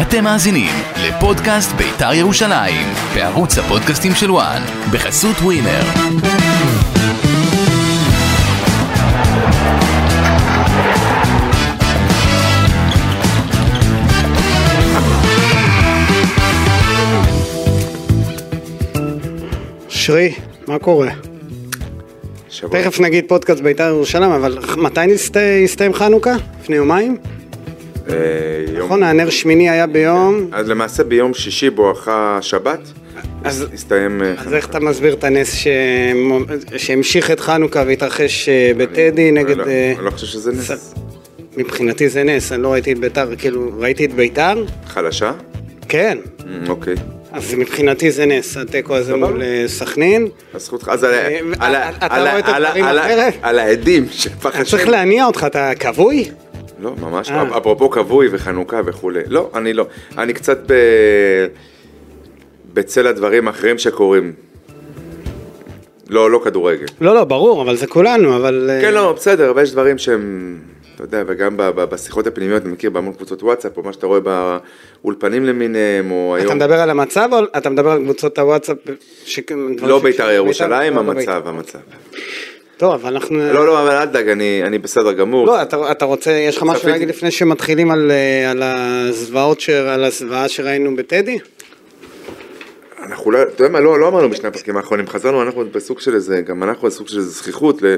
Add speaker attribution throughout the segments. Speaker 1: אתם מאזינים לפודקאסט בית"ר ירושלים, בערוץ הפודקאסטים של וואן, בחסות ווינר.
Speaker 2: שרי, מה קורה?
Speaker 3: שבוע.
Speaker 2: תכף נגיד פודקאסט בית"ר ירושלים, אבל מתי נסת- הסתיים חנוכה? לפני יומיים?
Speaker 3: אה, יום-
Speaker 2: נכון, הנר שמיני היה ביום,
Speaker 3: אז למעשה ביום שישי בואכה שבת,
Speaker 2: אז-
Speaker 3: אז הסתיים... אה,
Speaker 2: אז איך אתה מסביר את הנס ש- שהמשיך את חנוכה והתרחש אה, בטדי
Speaker 3: אני-
Speaker 2: נגד...
Speaker 3: לא,
Speaker 2: אה,
Speaker 3: אני לא חושב שזה נס.
Speaker 2: ס- מבחינתי זה נס, אני לא ראיתי את בית"ר, כאילו, ראיתי את בית"ר?
Speaker 3: חלשה?
Speaker 2: כן.
Speaker 3: אמ, אוקיי.
Speaker 2: אז מבחינתי זה נס, התיקו הזה
Speaker 3: סבבה.
Speaker 2: מול אה, סכנין.
Speaker 3: אז זכותך. אז על ה-
Speaker 2: אה,
Speaker 3: על ה-
Speaker 2: אתה
Speaker 3: על ה-
Speaker 2: רואה את
Speaker 3: על ה-
Speaker 2: הדברים
Speaker 3: על ה-
Speaker 2: אחרת?
Speaker 3: על העדים של פח
Speaker 2: אני
Speaker 3: השם.
Speaker 2: צריך להניע אותך, אתה כבוי?
Speaker 3: לא, ממש
Speaker 2: אה.
Speaker 3: לא. אפרופו כבוי וחנוכה וכולי. לא, אני לא. אני קצת ב... בצל הדברים האחרים שקורים. לא, לא כדורגל.
Speaker 2: לא, לא, ברור, אבל זה כולנו, אבל... אה,
Speaker 3: כן, לא, בסדר, אבל יש דברים שהם, אתה יודע, וגם ב- ב- בשיחות הפנימיות, אני מכיר בהמון קבוצות וואטסאפ, או מה שאתה רואה באולפנים למיניהם, או
Speaker 2: אתה
Speaker 3: היום,
Speaker 2: מדבר על המצב או אתה מדבר על קבוצות הוואטסאפ? ש- דברים
Speaker 3: לא
Speaker 2: ש-
Speaker 3: בית"ר ירושלים,
Speaker 2: לא בית"ר.
Speaker 3: המצב, המצב.
Speaker 2: טוב, אבל אנחנו...
Speaker 3: לא, לא, אבל אל תדאג, אני אני בסדר גמור.
Speaker 2: לא, אתה, אתה רוצה, יש לך משהו
Speaker 3: צפיתי.
Speaker 2: להגיד לפני שמתחילים על, אה, על הזוועות, ש... על הזוועה שראינו בטדי?
Speaker 3: אנחנו לא, אתה יודע מה, לא לא אמרנו בשני הפרקים האחרונים, חזרנו, אנחנו בסוג של איזה, גם אנחנו בסוג של איזה זכיחות, ל-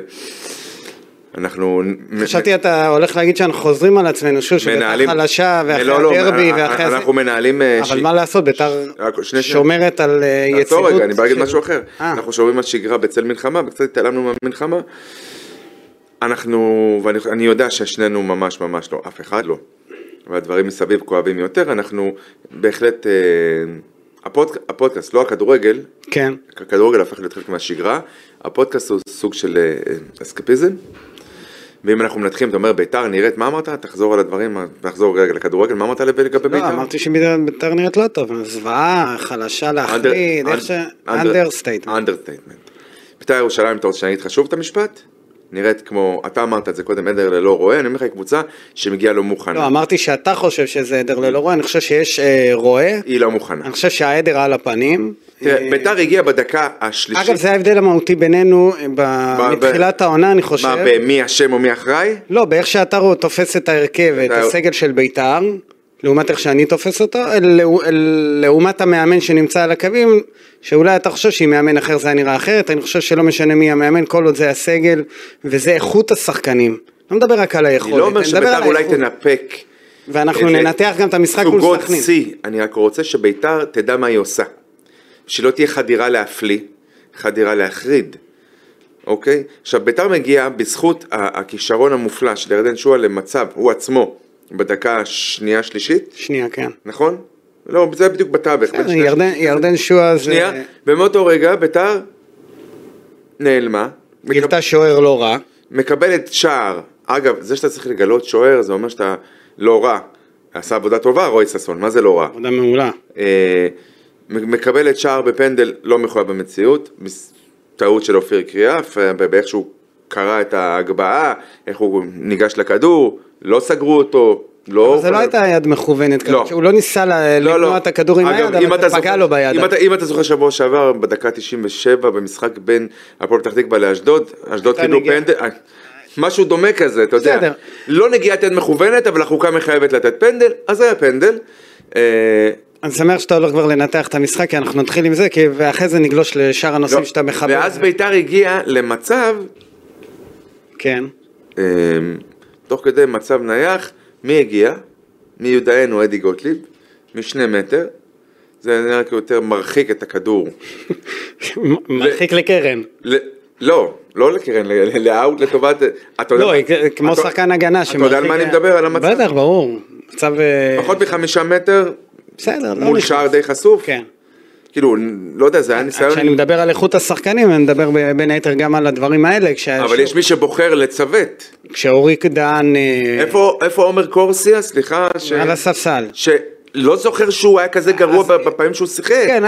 Speaker 3: אנחנו...
Speaker 2: חשבתי אתה הולך להגיד שאנחנו חוזרים על עצמנו, שוב, שביתר
Speaker 3: מנהלים-
Speaker 2: חלשה, ואחרי
Speaker 3: לא, לא,
Speaker 2: הדרבי,
Speaker 3: אה,
Speaker 2: ואחרי... הזה-
Speaker 3: אנחנו מנהלים... אה,
Speaker 2: אבל
Speaker 3: ש-
Speaker 2: מה לעשות, ביתר
Speaker 3: רק שני שניות.
Speaker 2: שומרת על אה, יציבות.
Speaker 3: תעצור רגע, אני בא להגיד
Speaker 2: של-
Speaker 3: משהו אחר.
Speaker 2: אה,
Speaker 3: אנחנו שומרים על שגרה בצל מלחמה, וקצת התעלמנו מהמלחמה. אנחנו, ואני אני יודע ששנינו ממש ממש לא, אף אחד לא. והדברים מסביב כואבים יותר, אנחנו בהחלט, אה, הפודק, הפודקאסט, לא הכדורגל,
Speaker 2: כן.
Speaker 3: הכדורגל הפך להיות חלק מהשגרה, הפודקאסט הוא סוג של אה, אסקפיזם. ואם אנחנו מנתחים, אתה אומר ביתר נראית, מה אמרת? תחזור על הדברים, נחזור רגע לכדורגל, מה אמרת לגבי
Speaker 2: לא,
Speaker 3: ביתר?
Speaker 2: אמרתי שביתר נראית לא טוב, אבל זוועה, חלשה להחליט, איך ש... אנדרסטייטמנט.
Speaker 3: אנדרסטייטמנט. בית"ר ירושלים, אתה רוצה שאני אגיד לך שוב את המשפט? נראית כמו, אתה אמרת את זה קודם, עדר ללא רואה, אני אומר לך, היא קבוצה שמגיעה לא מוכנה.
Speaker 2: לא, אמרתי שאתה חושב שזה עדר ללא רואה, אני חושב שיש אה, רואה,
Speaker 3: היא לא מוכנה.
Speaker 2: אני חושב שהעדר על הפנים.
Speaker 3: תראה,
Speaker 2: אה,
Speaker 3: בית"ר הגיעה בדקה השלישית.
Speaker 2: אגב, זה ההבדל המהותי בינינו אה, ב-
Speaker 3: ב-
Speaker 2: מתחילת העונה, אני חושב.
Speaker 3: מה, במי אשם או מי אחראי?
Speaker 2: לא, באיך שאתה רוא- תופס את ההרכב, את
Speaker 3: אתה-
Speaker 2: הסגל של בית"ר, לעומת איך שאני תופס אותו, לעו- לעומת המאמן שנמצא על הקווים, שאולי אתה חושב שאם מאמן אחר זה היה נראה אחרת, אני חושב שלא משנה מי המאמן, כל עוד זה הסגל, וזה איכות השחקנים. לא מדבר רק על
Speaker 3: אני
Speaker 2: היכולת,
Speaker 3: לא אומר
Speaker 2: מדבר על
Speaker 3: שבית"ר אולי
Speaker 2: האיכות.
Speaker 3: תנפק.
Speaker 2: ואנחנו
Speaker 3: איזה
Speaker 2: ננתח גם את המשחק מול
Speaker 3: סוגות
Speaker 2: סכנין.
Speaker 3: שיא, אני רק רוצה שבית"ר תדע מה היא עושה. שלא תהיה חדירה להפליא, חדירה להחריד, אוקיי? עכשיו, בית"ר מגיע בזכות ה- הכישרון המופלא של ירדן שועה למצב, הוא עצמו, בדקה השנייה-שלישית,
Speaker 2: שנייה, כן.
Speaker 3: נכון? לא, זה בדיוק בתווך. בין שנייה-
Speaker 2: ירדן- ירדן שועה זה...
Speaker 3: שנייה, ומאותו רגע בית"ר נעלמה.
Speaker 2: גילתה שוער לא רע.
Speaker 3: מקבלת שער, אגב, זה שאתה צריך לגלות שוער זה אומר שאתה לא רע, עשה עבודה טובה רועי ששון, מה זה לא רע?
Speaker 2: עבודה מעולה.
Speaker 3: אה, מקבלת שער בפנדל לא מחויב במציאות, מס- טעות של אופיר קריאף, אה, באיך שהוא קרא את ההגבהה, איך הוא ניגש לכדור, לא סגרו אותו, לא...
Speaker 2: אבל זה לא הייתה יד מכוונת
Speaker 3: לא.
Speaker 2: כזאת, הוא לא ניסה ל-
Speaker 3: לא,
Speaker 2: למנוע
Speaker 3: לא.
Speaker 2: את הכדור עם
Speaker 3: אגב,
Speaker 2: היד,
Speaker 3: אם
Speaker 2: אבל
Speaker 3: אתה
Speaker 2: זה פגע
Speaker 3: זוכר-
Speaker 2: לו ביד.
Speaker 3: אם אתה- אם אתה זוכר שבוע שעבר, בדקה 97, במשחק בין הפועל פתח תקווה לאשדוד, אשדוד
Speaker 2: הייתה
Speaker 3: קיבלו
Speaker 2: נגיעה.
Speaker 3: פנדל, אה, משהו דומה כזה, אתה יודע.
Speaker 2: בסדר.
Speaker 3: לא נגיעת יד מכוונת, אבל החוקה מחייבת לתת פנדל, אז היה פנדל. אה,
Speaker 2: אני שמח שאתה הולך כבר לנתח את המשחק, כי אנחנו נתחיל עם זה, כי- ואחרי זה נגלוש לשאר הנושאים
Speaker 3: לא.
Speaker 2: שאתה מחבר.
Speaker 3: ואז ביתר הגיעה למצב,
Speaker 2: כן.
Speaker 3: אה, תוך כדי מצב נייח, מי הגיע? מיודענו אדי גוטליב, משני מטר. זה נראה כאילו יותר מרחיק את הכדור.
Speaker 2: מרחיק לקרן.
Speaker 3: ל- לא, לא לקרן, ל- ל- לאאוט לטובת... אתה יודע
Speaker 2: לא,
Speaker 3: מה-
Speaker 2: כמו
Speaker 3: אתה-
Speaker 2: שחקן הגנה
Speaker 3: אתה יודע על מה אני מדבר? על המצב?
Speaker 2: בטח, ברור. מצב... אה,
Speaker 3: פחות מחמישה מטר,
Speaker 2: בסדר, לא
Speaker 3: מול
Speaker 2: נכנס.
Speaker 3: שער די חשוף.
Speaker 2: כן.
Speaker 3: כאילו, לא יודע, זה היה
Speaker 2: כשאני
Speaker 3: ניסיון...
Speaker 2: מדבר על איכות השחקנים, אני מדבר ב- בין היתר גם על הדברים האלה. כשה-
Speaker 3: אבל יש מי שבוחר לצוות.
Speaker 2: כשאורי דהן אה,
Speaker 3: איפה איפה עומר קורסיה? סליחה, ש-
Speaker 2: על הספסל.
Speaker 3: שלא זוכר שהוא היה כזה גרוע בפעמים שהוא שיחק.
Speaker 2: כן,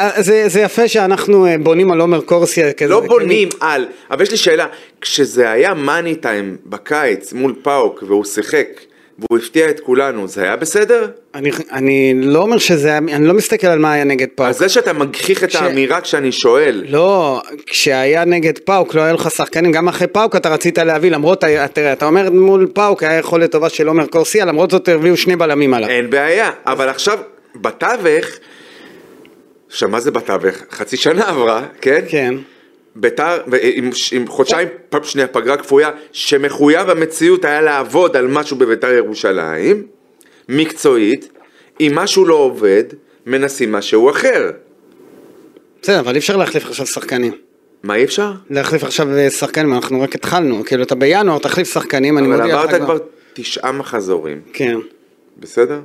Speaker 2: אה, זה, זה יפה שאנחנו אה, בונים על עומר קורסיה כזה. כן,
Speaker 3: לא בונים על, אבל יש לי שאלה, כשזה היה מאני טיים בקיץ מול פאוק והוא שיחק והוא הפתיע את כולנו, זה היה בסדר?
Speaker 2: אני, אני לא אומר שזה היה, אני לא מסתכל על מה היה נגד פאוק.
Speaker 3: אז זה שאתה מגחיך את
Speaker 2: ש-
Speaker 3: האמירה כשאני שואל,
Speaker 2: לא, כשהיה נגד פאוק לא היה לך שחקנים, גם אחרי פאוק אתה רצית להביא, למרות, ה- תראה, אתה אומר מול פאוק היה יכולת טובה של עומר קורסיה, למרות זאת הביאו שני בלמים עליו.
Speaker 3: אין בעיה, אבל עכשיו בתווך, עכשיו מה זה בתווך? חצי שנה עברה, כן?
Speaker 2: כן.
Speaker 3: ביתר, ו- עם, עם חודשיים, פעם שנייה פגרה כפויה, שמחויב המציאות היה לעבוד על משהו בביתר ירושלים, מקצועית, אם משהו לא עובד, מנסים משהו אחר.
Speaker 2: בסדר, אבל אי אפשר להחליף עכשיו שחקנים.
Speaker 3: מה אי אפשר?
Speaker 2: להחליף עכשיו אה, שחקנים, אנחנו רק התחלנו, כאילו אתה בינואר תחליף שחקנים, אני
Speaker 3: אבל
Speaker 2: מודיע לך
Speaker 3: עברת כבר תשעה מחזורים,
Speaker 2: כן.
Speaker 3: בסדר?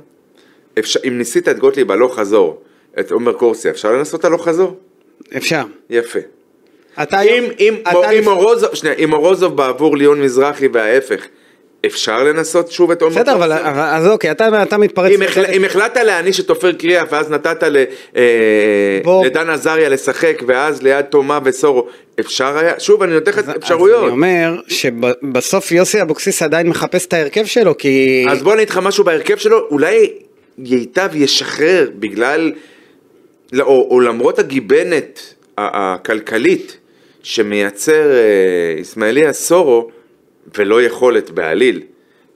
Speaker 3: אפשר, אם ניסית את גוטליב הלוך חזור, את עומר קורסיה, אפשר לנסות הלוך חזור?
Speaker 2: אפשר.
Speaker 3: יפה.
Speaker 2: אתה
Speaker 3: אם,
Speaker 2: היום-
Speaker 3: אם,
Speaker 2: אתה
Speaker 3: בוא, אם
Speaker 2: לפ-
Speaker 3: אורוזוב, שנייה, אם אורוזוב בעבור ליון מזרחי וההפך, אפשר לנסות שוב את עומר
Speaker 2: בסדר, אבל
Speaker 3: קורסיה?
Speaker 2: אבל- אז אוקיי, אתה אתה מתפרץ.
Speaker 3: אם, החל... אם החלטת להעניש את אופיר קריאף ואז נתת ל... אה...
Speaker 2: בוא.
Speaker 3: לדן עזריה לשחק ואז ליד תומה וסורו, אפשר היה? שוב, אני נותן לך
Speaker 2: אז- אז
Speaker 3: אפשרויות.
Speaker 2: אני אומר שבסוף יוסי אבוקסיס עדיין מחפש את ההרכב שלו, כי...
Speaker 3: אז בוא אני אגיד לך משהו בהרכב שלו, אולי ייטב ישחרר בגלל, לא, או, או למרות הגיבנת ה- הכלכלית שמייצר אה, ישמעאלי הסורו, ולא יכולת בעליל,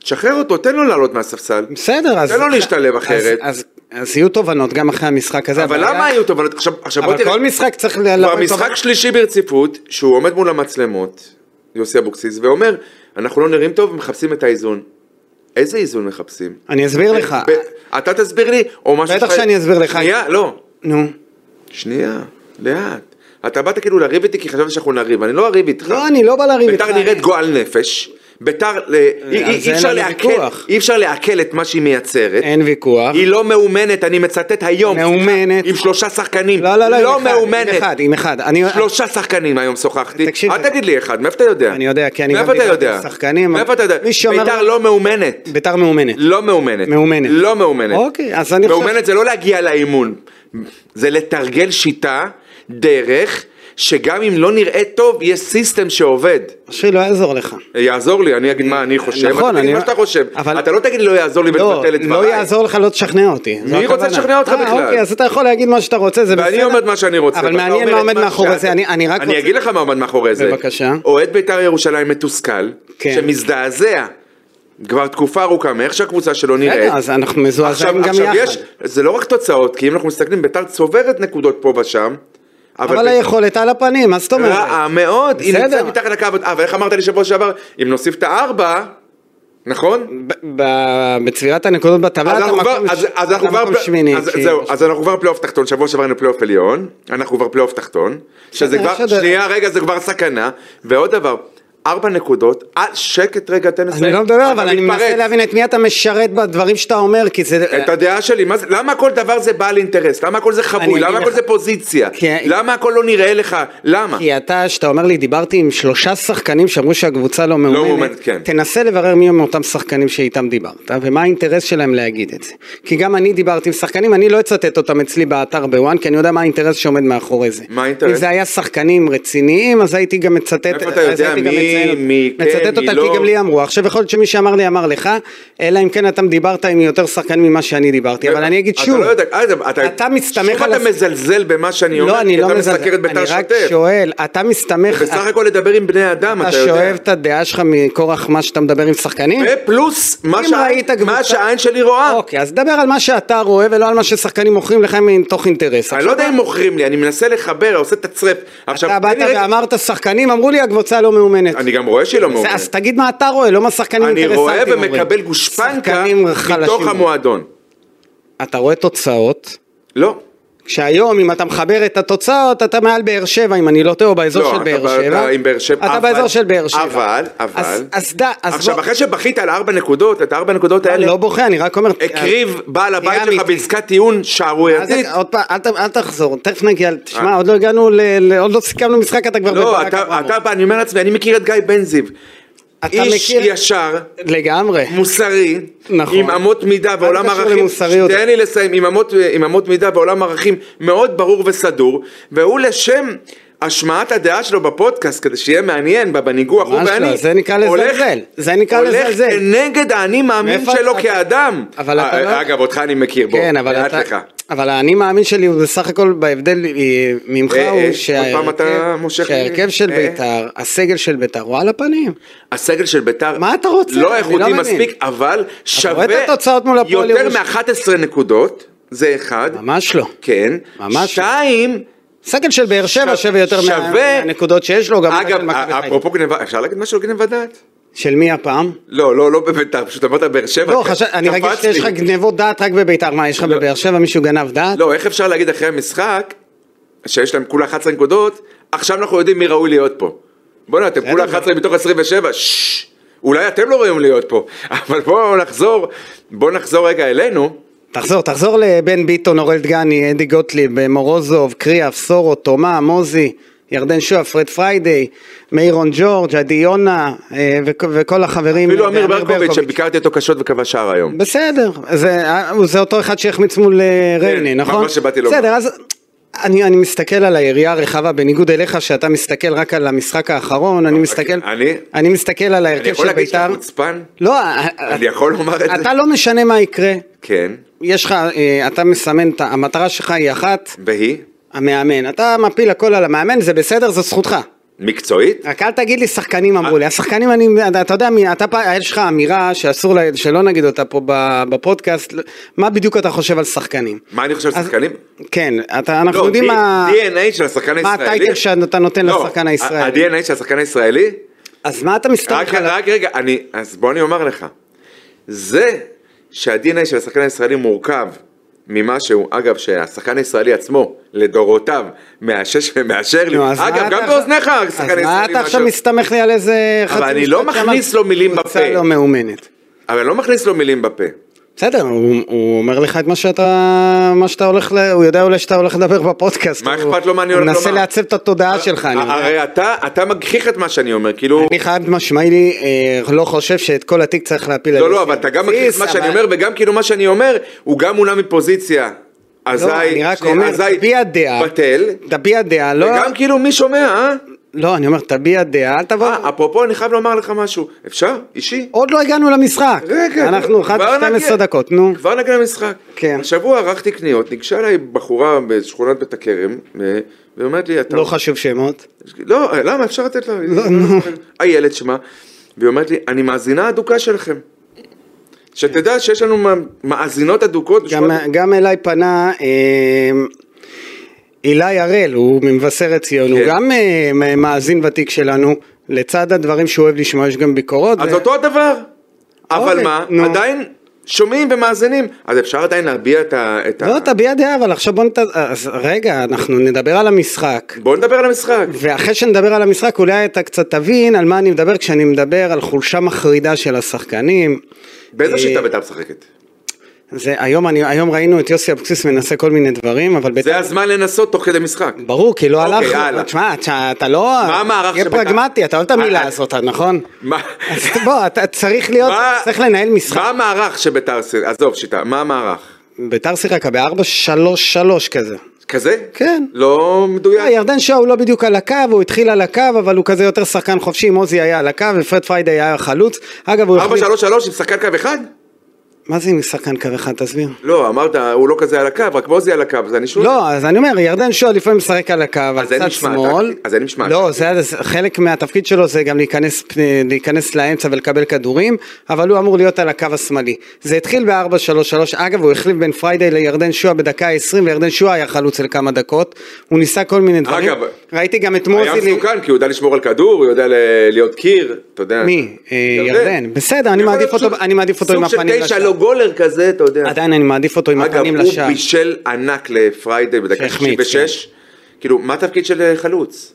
Speaker 3: תשחרר אותו, תן לו לעלות מהספסל.
Speaker 2: בסדר, אז...
Speaker 3: תן לו להשתלב אחרת.
Speaker 2: אז, אז, אז יהיו תובנות גם אחרי המשחק הזה.
Speaker 3: אבל למה היו תובנות? עכשיו, עכשיו בוא
Speaker 2: אבל
Speaker 3: תראה,
Speaker 2: כל משחק צריך ל...
Speaker 3: כבר
Speaker 2: לבוא עם
Speaker 3: משחק
Speaker 2: תובנות.
Speaker 3: שלישי ברציפות, שהוא עומד מול המצלמות, יוסי אבוקסיס, ואומר, אנחנו לא נראים טוב ומחפשים את האיזון. איזה איזון מחפשים?
Speaker 2: אני אסביר לך.
Speaker 3: ב- אתה תסביר לי, או משהו...
Speaker 2: בטח
Speaker 3: שלך-
Speaker 2: שאני אסביר לך.
Speaker 3: שנייה, לא.
Speaker 2: נו.
Speaker 3: שנייה, לאט. אתה באת כאילו לריב איתי כי חשבתי שאנחנו נריב, אני לא אריב איתך.
Speaker 2: לא, אני לא בא לריב איתך. אה,
Speaker 3: ביתר נראית גועל נפש. ביתר, ל-
Speaker 2: על
Speaker 3: אי- אי-
Speaker 2: זה
Speaker 3: אי
Speaker 2: אין
Speaker 3: אפשר
Speaker 2: לנו
Speaker 3: לעכל-
Speaker 2: ויכוח.
Speaker 3: אי אפשר לעכל את מה שהיא מייצרת.
Speaker 2: אין ויכוח.
Speaker 3: היא לא מאומנת, אני מצטט היום.
Speaker 2: מאומנת.
Speaker 3: סליחה, עם שלושה שחקנים.
Speaker 2: לא, לא, לא,
Speaker 3: לא
Speaker 2: עם אחד, עם
Speaker 3: מאומנת.
Speaker 2: אחד, עם אחד. אני...
Speaker 3: שלושה שחקנים היום שוחחתי.
Speaker 2: תקשיב,
Speaker 3: אל תגיד לי אחד, מאיפה אתה יודע?
Speaker 2: אני יודע, כי אני גם
Speaker 3: מאיפה אתה
Speaker 2: דיברתי
Speaker 3: יודע?
Speaker 2: עם שחקנים.
Speaker 3: מאיפה אתה יודע?
Speaker 2: מי שאומר-
Speaker 3: ביתר לא מאומנת.
Speaker 2: ביתר מאומנת.
Speaker 3: לא מאומנת.
Speaker 2: מאומנת.
Speaker 3: לא מאומנת.
Speaker 2: אוקיי, אז אני חושב-
Speaker 3: מאומנת זה לא להגיע לאימון. זה לתרגל שיטה, דרך, שגם אם לא נראית טוב, יש סיסטם שעובד.
Speaker 2: אשרי לא יעזור לך.
Speaker 3: יעזור לי, אני אגיד מה אני חושב.
Speaker 2: נכון,
Speaker 3: אתה תגיד
Speaker 2: אני-
Speaker 3: מה שאתה חושב.
Speaker 2: אבל-
Speaker 3: אתה לא תגיד לי, לא יעזור לי
Speaker 2: לא,
Speaker 3: ותבטל את
Speaker 2: לא
Speaker 3: דבריי.
Speaker 2: יעזור לך, לא תשכנע אותי. זו
Speaker 3: מי רוצה
Speaker 2: הכוונה.
Speaker 3: לשכנע אותך
Speaker 2: אה,
Speaker 3: בכלל?
Speaker 2: אוקיי, אז אתה יכול להגיד מה שאתה רוצה, זה בסדר.
Speaker 3: ואני אומר את מה שאני רוצה.
Speaker 2: אבל
Speaker 3: ואתה
Speaker 2: מעניין
Speaker 3: אומר
Speaker 2: מה
Speaker 3: את
Speaker 2: עומד מאחורי
Speaker 3: שאתה-
Speaker 2: זה. אני אני רק רוצה...
Speaker 3: אני אגיד לך מה עומד מאחורי זה.
Speaker 2: בבקשה.
Speaker 3: אוהד בית"ר ירושלים מתוסכל,
Speaker 2: כן.
Speaker 3: שמזדעזע כבר תקופה ארוכה מאיך שהקבוצה שלו נראית.
Speaker 2: רגע, אז אנחנו מזועזעים
Speaker 3: עכשיו,
Speaker 2: גם
Speaker 3: עכשיו
Speaker 2: יחד.
Speaker 3: יש, זה לא רק תוצאות, כי אם אנחנו מסתכלים, בית"ר צוברת נקודות פה ושם, אבל,
Speaker 2: אבל היכולת על הפנים, מה זאת אומרת?
Speaker 3: רעה מאוד, היא
Speaker 2: בסדר.
Speaker 3: נמצאת מתחת לקו, אה, אבל איך אמרת לי שבוע שעבר, אם נוסיף את הארבע, נכון?
Speaker 2: ב- ב- בצבירת הנקודות בטבלה
Speaker 3: אז
Speaker 2: אתה
Speaker 3: אנחנו כבר-
Speaker 2: מקום
Speaker 3: אז-
Speaker 2: ש-
Speaker 3: אז
Speaker 2: אתה
Speaker 3: אנחנו כבר
Speaker 2: מקום שמיני.
Speaker 3: פל- אז
Speaker 2: כאילו.
Speaker 3: זהו, אז אנחנו כבר פלייאוף תחתון, שבוע שעבר היינו פלייאוף עליון, אנחנו כבר פלייאוף תחתון, שזה
Speaker 2: בסדר,
Speaker 3: כבר,
Speaker 2: יש עוד-
Speaker 3: שנייה רגע זה כבר סכנה, ועוד דבר, ארבע נקודות, אה, שקט רגע תן לסיים,
Speaker 2: אני לא מדבר,
Speaker 3: אתה
Speaker 2: אבל אני
Speaker 3: מתפרץ.
Speaker 2: מנסה להבין את מי אתה משרת בדברים שאתה אומר, כי זה...
Speaker 3: את הדעה שלי, מה זה, למה כל דבר זה בעל אינטרס? למה הכל זה
Speaker 2: אני
Speaker 3: חבוי?
Speaker 2: אגיד
Speaker 3: למה הכל
Speaker 2: לך-
Speaker 3: זה פוזיציה?
Speaker 2: כי-
Speaker 3: למה הכל לא נראה לך? למה?
Speaker 2: כי אתה, שאתה אומר לי, דיברתי עם שלושה שחקנים שאמרו שהקבוצה לא מאומנת,
Speaker 3: מאומנת, כן.
Speaker 2: תנסה לברר מי הם אותם שחקנים שאיתם דיברת, אה? ומה האינטרס שלהם להגיד את זה. כי גם אני דיברתי עם שחקנים, אני לא אצטט אותם אצלי באתר בוואן, כי אני יודע מה האינטרס שעומד מאחורי זה.
Speaker 3: מה האינטרס?
Speaker 2: אם זה היה שחקנים רציניים, אז הייתי גם מצטט...
Speaker 3: מאיפה אתה
Speaker 2: אז הייתי
Speaker 3: יודע
Speaker 2: גם
Speaker 3: מי-
Speaker 2: מציין-
Speaker 3: מי כן,
Speaker 2: מצטט
Speaker 3: מי
Speaker 2: אותה,
Speaker 3: לא?
Speaker 2: כי גם לי אמרו. עכשיו, יכול להיות שמי שאמר לי אמר לך, אלא אם כן אתה דיברת עם יותר שחקנים ממה שאני דיברתי, אבל אני אגיד שוב.
Speaker 3: אתה לא יודע, אה, אתה,
Speaker 2: אתה מסתמך
Speaker 3: שוב
Speaker 2: על
Speaker 3: אתה
Speaker 2: הס-
Speaker 3: מזלזל במה שאני אומר,
Speaker 2: לא, אני
Speaker 3: כי
Speaker 2: לא
Speaker 3: אתה
Speaker 2: מזלזל,
Speaker 3: מסקר את בית"ר
Speaker 2: אני רק
Speaker 3: שוטף.
Speaker 2: שואל, אתה מסתמך,
Speaker 3: בסך הכל לדבר עם בני אדם,
Speaker 2: אתה
Speaker 3: אתה יודע. אה,
Speaker 2: שואב את הדעה שלך מכורח מה שאתה מדבר עם שחקנים?
Speaker 3: ופלוס מה
Speaker 2: אם
Speaker 3: שהעין-
Speaker 2: ראית קבוצה-
Speaker 3: מה שהעין שלי רואה.
Speaker 2: אוקיי, אז דבר על מה שאתה רואה ולא על מה ששחקנים מוכרים לך מתוך אינטרס.
Speaker 3: אני לא יודע אם מוכרים לי, אני מנסה לחבר, עושה את הצרף. עכשיו,
Speaker 2: אתה
Speaker 3: תן
Speaker 2: באת
Speaker 3: לי רגע-
Speaker 2: ואמרת שחקנים, אמרו לי הקבוצה לא מאומנת.
Speaker 3: אני גם רואה שהיא לא
Speaker 2: זה-
Speaker 3: מאומנת.
Speaker 2: אז תגיד מה אתה רואה, לא מה שחקנים
Speaker 3: אני
Speaker 2: אינטרסנטים
Speaker 3: רואה
Speaker 2: אומרים.
Speaker 3: ומקבל גושפנקה
Speaker 2: שחקנים
Speaker 3: מתוך
Speaker 2: חלשים.
Speaker 3: המועדון.
Speaker 2: אתה רואה תוצאות,
Speaker 3: לא.
Speaker 2: כשהיום אם אתה מחבר את התוצאות אתה מעל באר שבע אם אני לא טועה או באזור
Speaker 3: לא,
Speaker 2: של
Speaker 3: אתה
Speaker 2: באר
Speaker 3: בא-
Speaker 2: שבע.
Speaker 3: אתה עם באר שבע.
Speaker 2: אתה
Speaker 3: אבל-
Speaker 2: באזור של באר שבע.
Speaker 3: אבל, אבל.
Speaker 2: אז- אז ד- אז
Speaker 3: עכשיו,
Speaker 2: בוא-
Speaker 3: אחרי שבכית על ארבע נקודות, את הארבע נקודות
Speaker 2: אני
Speaker 3: האלה,
Speaker 2: לא בוכה, אני רק אומר...
Speaker 3: הקריב בעל הבית
Speaker 2: תהיה
Speaker 3: שלך
Speaker 2: אמיתי.
Speaker 3: בעסקת טיעון
Speaker 2: אל
Speaker 3: שערורייתית.
Speaker 2: ת- עוד פעם, אל ת- אל תחזור, תכף נגיע, תשמע, עוד לא הגענו, ל- ל- עוד לא סיכמנו משחק, אתה כבר
Speaker 3: אה. לא,
Speaker 2: בברק
Speaker 3: אתה,
Speaker 2: אברמוב.
Speaker 3: אתה בא, אני אומר לעצמי, אני מכיר את גיא בן זיו.
Speaker 2: אתה
Speaker 3: איש
Speaker 2: מכיר-
Speaker 3: ישר,
Speaker 2: לגמרי.
Speaker 3: מוסרי,
Speaker 2: נכון.
Speaker 3: עם אמות מידה ועולם
Speaker 2: קשור
Speaker 3: ערכים,
Speaker 2: למוסריות.
Speaker 3: תן לי אה, לסיים, עם אמות, עם אמות מידה ועולם ערכים מאוד ברור וסדור, והוא לשם השמעת הדעה שלו בפודקאסט, כדי שיהיה מעניין בה, בניגוח, הוא
Speaker 2: ממש לא,
Speaker 3: ואני,
Speaker 2: זה נקרא
Speaker 3: הולך-
Speaker 2: לזלזל. זה נקרא לזלזל.
Speaker 3: הולך כנגד האני מאמין
Speaker 2: מאיפה
Speaker 3: שלו
Speaker 2: אתה-
Speaker 3: כאדם.
Speaker 2: אבל אתה
Speaker 3: אה,
Speaker 2: לא-
Speaker 3: אגב, אותך אני מכיר, בוא,
Speaker 2: כן, אבל
Speaker 3: לאט
Speaker 2: אתה...
Speaker 3: לך.
Speaker 2: אבל האני מאמין שלי הוא בסך הכל בהבדל אה, ממך
Speaker 3: אה, אה,
Speaker 2: הוא
Speaker 3: עוד פעם אתה מושך לי-
Speaker 2: שההרכב של
Speaker 3: אה.
Speaker 2: בית"ר, הסגל של בית"ר הוא על הפנים.
Speaker 3: הסגל של ביתר
Speaker 2: מה אתה רוצה?
Speaker 3: לא
Speaker 2: אני
Speaker 3: איכותי
Speaker 2: לא מבין.
Speaker 3: מספיק, אבל
Speaker 2: רואה
Speaker 3: שווה
Speaker 2: את התוצאות מול הפועל
Speaker 3: יותר
Speaker 2: ירוש-
Speaker 3: מ-11 נקודות, זה אחד.
Speaker 2: ממש לא.
Speaker 3: כן.
Speaker 2: ממש.
Speaker 3: שתיים,
Speaker 2: סגל של באר שבע
Speaker 3: שו-
Speaker 2: שווה יותר מה-
Speaker 3: שווה-
Speaker 2: מהנקודות שיש לו, גם של
Speaker 3: אגב, אה,
Speaker 2: מכבי
Speaker 3: א-
Speaker 2: חיפה.
Speaker 3: אפרופו גניבה, אפשר להגיד משהו על גניבה דעת?
Speaker 2: של מי הפעם?
Speaker 3: לא, לא, לא בביתר, פשוט אמרת באר שבע.
Speaker 2: לא,
Speaker 3: כן.
Speaker 2: חשב- אני רגיל
Speaker 3: קפץ
Speaker 2: שיש
Speaker 3: לי.
Speaker 2: לך גנבות דעת רק בבית"ר, מה, יש לך בבאר שבע מישהו גנב דעת?
Speaker 3: לא, איך אפשר להגיד אחרי המשחק, שיש להם כולה 11 נקודות, עכשיו אנחנו יודעים מי ראוי להיות פה. בוא'נה, אתם כולה 11 מתוך 27, ששש, אולי אתם לא ראויים להיות פה, אבל בואו נחזור, בואו נחזור רגע אלינו.
Speaker 2: תחזור, תחזור לבן ביטון, אורל דגני, אדי גוטליב, מורוזוב, קריאף, סורו, תומה, מוזי, ירדן שועה, פרד פריידי, מאירון ג'ורג', עדי יונה, אה, וכ- וכל החברים.
Speaker 3: אפילו אמיר
Speaker 2: ואמיר
Speaker 3: ברקוביץ' שביקרתי אותו קשות וקבע שער היום.
Speaker 2: בסדר, זה, אה, זה אותו אחד שהחמיץ מול אה, ריינה,
Speaker 3: כן, מה-
Speaker 2: נכון?
Speaker 3: מה שבאתי לומר.
Speaker 2: בסדר, אז אני, אני מסתכל על היריעה הרחבה, בניגוד אליך שאתה מסתכל רק על המשחק האחרון, אני מסתכל,
Speaker 3: אוקיי, אני-
Speaker 2: אני מסתל על
Speaker 3: אני
Speaker 2: ההרכב
Speaker 3: יכול
Speaker 2: של
Speaker 3: להגיד שאתה
Speaker 2: בית"ר.
Speaker 3: חוצפן?
Speaker 2: לא,
Speaker 3: אני יכול לומר את זה?
Speaker 2: אתה לא משנה מה יקרה,
Speaker 3: כן,
Speaker 2: יש לך, אה, אתה מסמן, את ה- המטרה שלך היא אחת,
Speaker 3: והיא?
Speaker 2: המאמן. אתה מפיל הכל על המאמן, זה בסדר, זו זכותך.
Speaker 3: מקצועית?
Speaker 2: רק אל תגיד לי שחקנים אמרו לי, השחקנים אני, אתה יודע, מי- אתה, פ- יש לך אמירה שאסור, ל- שלא נגיד אותה פה ב- בפודקאסט, מה בדיוק אתה חושב על שחקנים?
Speaker 3: מה אני חושב על
Speaker 2: אז-
Speaker 3: שחקנים?
Speaker 2: כן, אתה, אנחנו
Speaker 3: לא,
Speaker 2: יודעים
Speaker 3: D-
Speaker 2: מה...
Speaker 3: DNA של השחקן הישראלי?
Speaker 2: מה הטייטל שאתה נותן
Speaker 3: לא,
Speaker 2: לשחקן
Speaker 3: ה-
Speaker 2: הישראלי?
Speaker 3: ה-DNA של השחקן הישראלי?
Speaker 2: אז מה אתה מסתמך
Speaker 3: רק,
Speaker 2: עליו?
Speaker 3: רק רגע, אני, אז בוא אני אומר לך, זה שה-DNA של השחקן הישראלי מורכב ממה שהוא, אגב, שהשחקן הישראלי עצמו, לדורותיו, מאשש ומאשר לי,
Speaker 2: נו, אז מה
Speaker 3: אגב,
Speaker 2: אתה
Speaker 3: גם
Speaker 2: עכשיו-
Speaker 3: באוזניך השחקן הישראלי
Speaker 2: אז מה אתה עכשיו
Speaker 3: מאשר.
Speaker 2: מסתמך לי על איזה...
Speaker 3: אבל
Speaker 2: חצי
Speaker 3: אני לא
Speaker 2: משפט
Speaker 3: מכניס
Speaker 2: שאמר-
Speaker 3: לו מילים
Speaker 2: קבוצה
Speaker 3: בפה.
Speaker 2: לא מאומנת.
Speaker 3: אבל אני לא מכניס לו מילים בפה.
Speaker 2: בסדר, הוא, הוא אומר לך את מה שאתה, מה שאתה הולך, ל- הוא יודע אולי שאתה הולך לדבר בפודקאסט.
Speaker 3: מה
Speaker 2: הוא-
Speaker 3: אכפת לו מה אני הולך
Speaker 2: הוא מנסה
Speaker 3: לומר? אה,
Speaker 2: לעצב את התודעה שלך. אני, אומר.
Speaker 3: הרי אתה, אתה מגחיך את מה שאני אומר, כאילו...
Speaker 2: אני חד משמעי אה, לא חושב שאת כל התיק צריך להפיל על
Speaker 3: לא, לא,
Speaker 2: יוסי
Speaker 3: אבל אתה גם
Speaker 2: אבוקסיס,
Speaker 3: מכניס מה שאני
Speaker 2: אבל- לא,
Speaker 3: אומר, וגם כאילו מה שאני אומר, הוא גם מונע מפוזיציה. אזי,
Speaker 2: לא, אני רק
Speaker 3: שנייה,
Speaker 2: אומר,
Speaker 3: אזי
Speaker 2: תביע דעה.
Speaker 3: בטל,
Speaker 2: תביע דעה, לא,
Speaker 3: וגם כאילו מי שומע, אה?
Speaker 2: לא, אני אומר, תביע דעה, אל תבוא.
Speaker 3: אה, אפרופו, אני חייב לומר לך משהו. אפשר? אישי?
Speaker 2: עוד לא הגענו למשחק.
Speaker 3: רגע.
Speaker 2: אנחנו
Speaker 3: כבר
Speaker 2: 1-12
Speaker 3: נגיע-
Speaker 2: דקות, נו.
Speaker 3: כבר נגיע למשחק.
Speaker 2: כן.
Speaker 3: השבוע ערכתי קניות, ניגשה אליי בחורה בשכונת בית הכרם, אה, והיא אומרת לי, אתה...
Speaker 2: לא חשוב שמות.
Speaker 3: לא, אה, למה? אפשר לתת לה...
Speaker 2: לא, נו.
Speaker 3: איילת שמה. והיא אומרת לי, אני מאזינה אדוקה שלכם. שתדע שיש לנו מא- מאזינות אדוקות.
Speaker 2: גם,
Speaker 3: בשכונת-
Speaker 2: גם אליי פנה אה, אילי הראל, הוא ממבשרת ציון, הוא
Speaker 3: כן.
Speaker 2: גם אה, מ- מאזין ותיק שלנו, לצד הדברים שהוא אוהב לשמוע יש גם ביקורות.
Speaker 3: אז
Speaker 2: ו-
Speaker 3: אותו הדבר. אבל
Speaker 2: אוקיי,
Speaker 3: מה,
Speaker 2: נו.
Speaker 3: עדיין שומעים ומאזינים. אז אפשר עדיין להביע את ה... את ה-
Speaker 2: לא, תביע דעה, אבל עכשיו בוא נת... אז רגע, אנחנו נדבר על המשחק.
Speaker 3: בואו נדבר על המשחק.
Speaker 2: ואחרי שנדבר על המשחק אולי אתה קצת תבין על מה אני מדבר כשאני מדבר על חולשה מחרידה של השחקנים.
Speaker 3: באיזה
Speaker 2: אה,
Speaker 3: שיטה בית"ר משחקת?
Speaker 2: זה, היום, אני, היום ראינו את יוסי אבוקסיס מנסה כל מיני דברים, אבל
Speaker 3: זה הזמן לנסות תוך כדי משחק.
Speaker 2: ברור, כי לא
Speaker 3: אוקיי,
Speaker 2: הלך.
Speaker 3: הלאה.
Speaker 2: תשמע, אתה- אתה לא...
Speaker 3: מה המערך
Speaker 2: תהיה
Speaker 3: שבית"ר-
Speaker 2: פרגמטי, אתה אוהב את
Speaker 3: אה,
Speaker 2: המילה
Speaker 3: אה.
Speaker 2: הזאת, נכון?
Speaker 3: מה-
Speaker 2: אז בוא, אתה צריך להיות,
Speaker 3: מה-
Speaker 2: לא, צריך לנהל משחק.
Speaker 3: מה המערך שבית"ר... ש- עזוב שיטה, מה המערך?
Speaker 2: ביתר שיחקה ב-4-3-3 כזה.
Speaker 3: כזה?
Speaker 2: כן.
Speaker 3: לא
Speaker 2: אה,
Speaker 3: מדויק?
Speaker 2: ירדן שואה הוא לא בדיוק על הקו, הוא התחיל על הקו, אבל הוא כזה יותר שחקן חופשי, מוזי היה על הקו, ופרד פריידי היה חלוץ. אגב, הוא
Speaker 3: 4-3-3 עם שחקן קו אחד?
Speaker 2: מה זה עם שחקן קו אחד, תסביר?
Speaker 3: לא, אמרת, הוא לא כזה על הקו, רק מוזי על הקו, אז אני שוב...
Speaker 2: לא, אז אני אומר, ירדן שועה לפעמים משחק על הקו, על
Speaker 3: אין
Speaker 2: צד
Speaker 3: משמעת, אוקיי,
Speaker 2: שמאל.
Speaker 3: אז אין משמעת.
Speaker 2: לא, זה היה- זה- חלק מהתפקיד שלו זה גם להיכנס, פני- להיכנס לאמצע ולקבל כדורים, אבל הוא אמור להיות על הקו השמאלי. זה התחיל ב-4-3-3, אגב, הוא החליף בין פריידי לירדן שועה בדקה ה-20, וירדן שועה היה חלוץ לכמה דקות. הוא ניסה כל מיני דברים.
Speaker 3: אגב,
Speaker 2: ראיתי גם את מוזי...
Speaker 3: היה
Speaker 2: לי-
Speaker 3: מסוכן, כי הוא יודע לשמור על כדור, הוא יודע ל- להיות קיר, אתה יודע.
Speaker 2: מי? אה, ירדן. בסדר, אני
Speaker 3: יכול
Speaker 2: מעדיף
Speaker 3: להיות
Speaker 2: אותו-
Speaker 3: סוג-
Speaker 2: אני מעדיף אותו עם
Speaker 3: סוג
Speaker 2: הפנים
Speaker 3: של תשע
Speaker 2: לשער.
Speaker 3: לא גולר כזה, אתה יודע.
Speaker 2: עדיין אני מעדיף אותו עם
Speaker 3: אגב,
Speaker 2: הפנים
Speaker 3: הוא
Speaker 2: לשער.
Speaker 3: בישל ענק לפריידי בדקה
Speaker 2: שהחמיץ, כן.
Speaker 3: 96. כאילו, מה התפקיד של אה, חלוץ?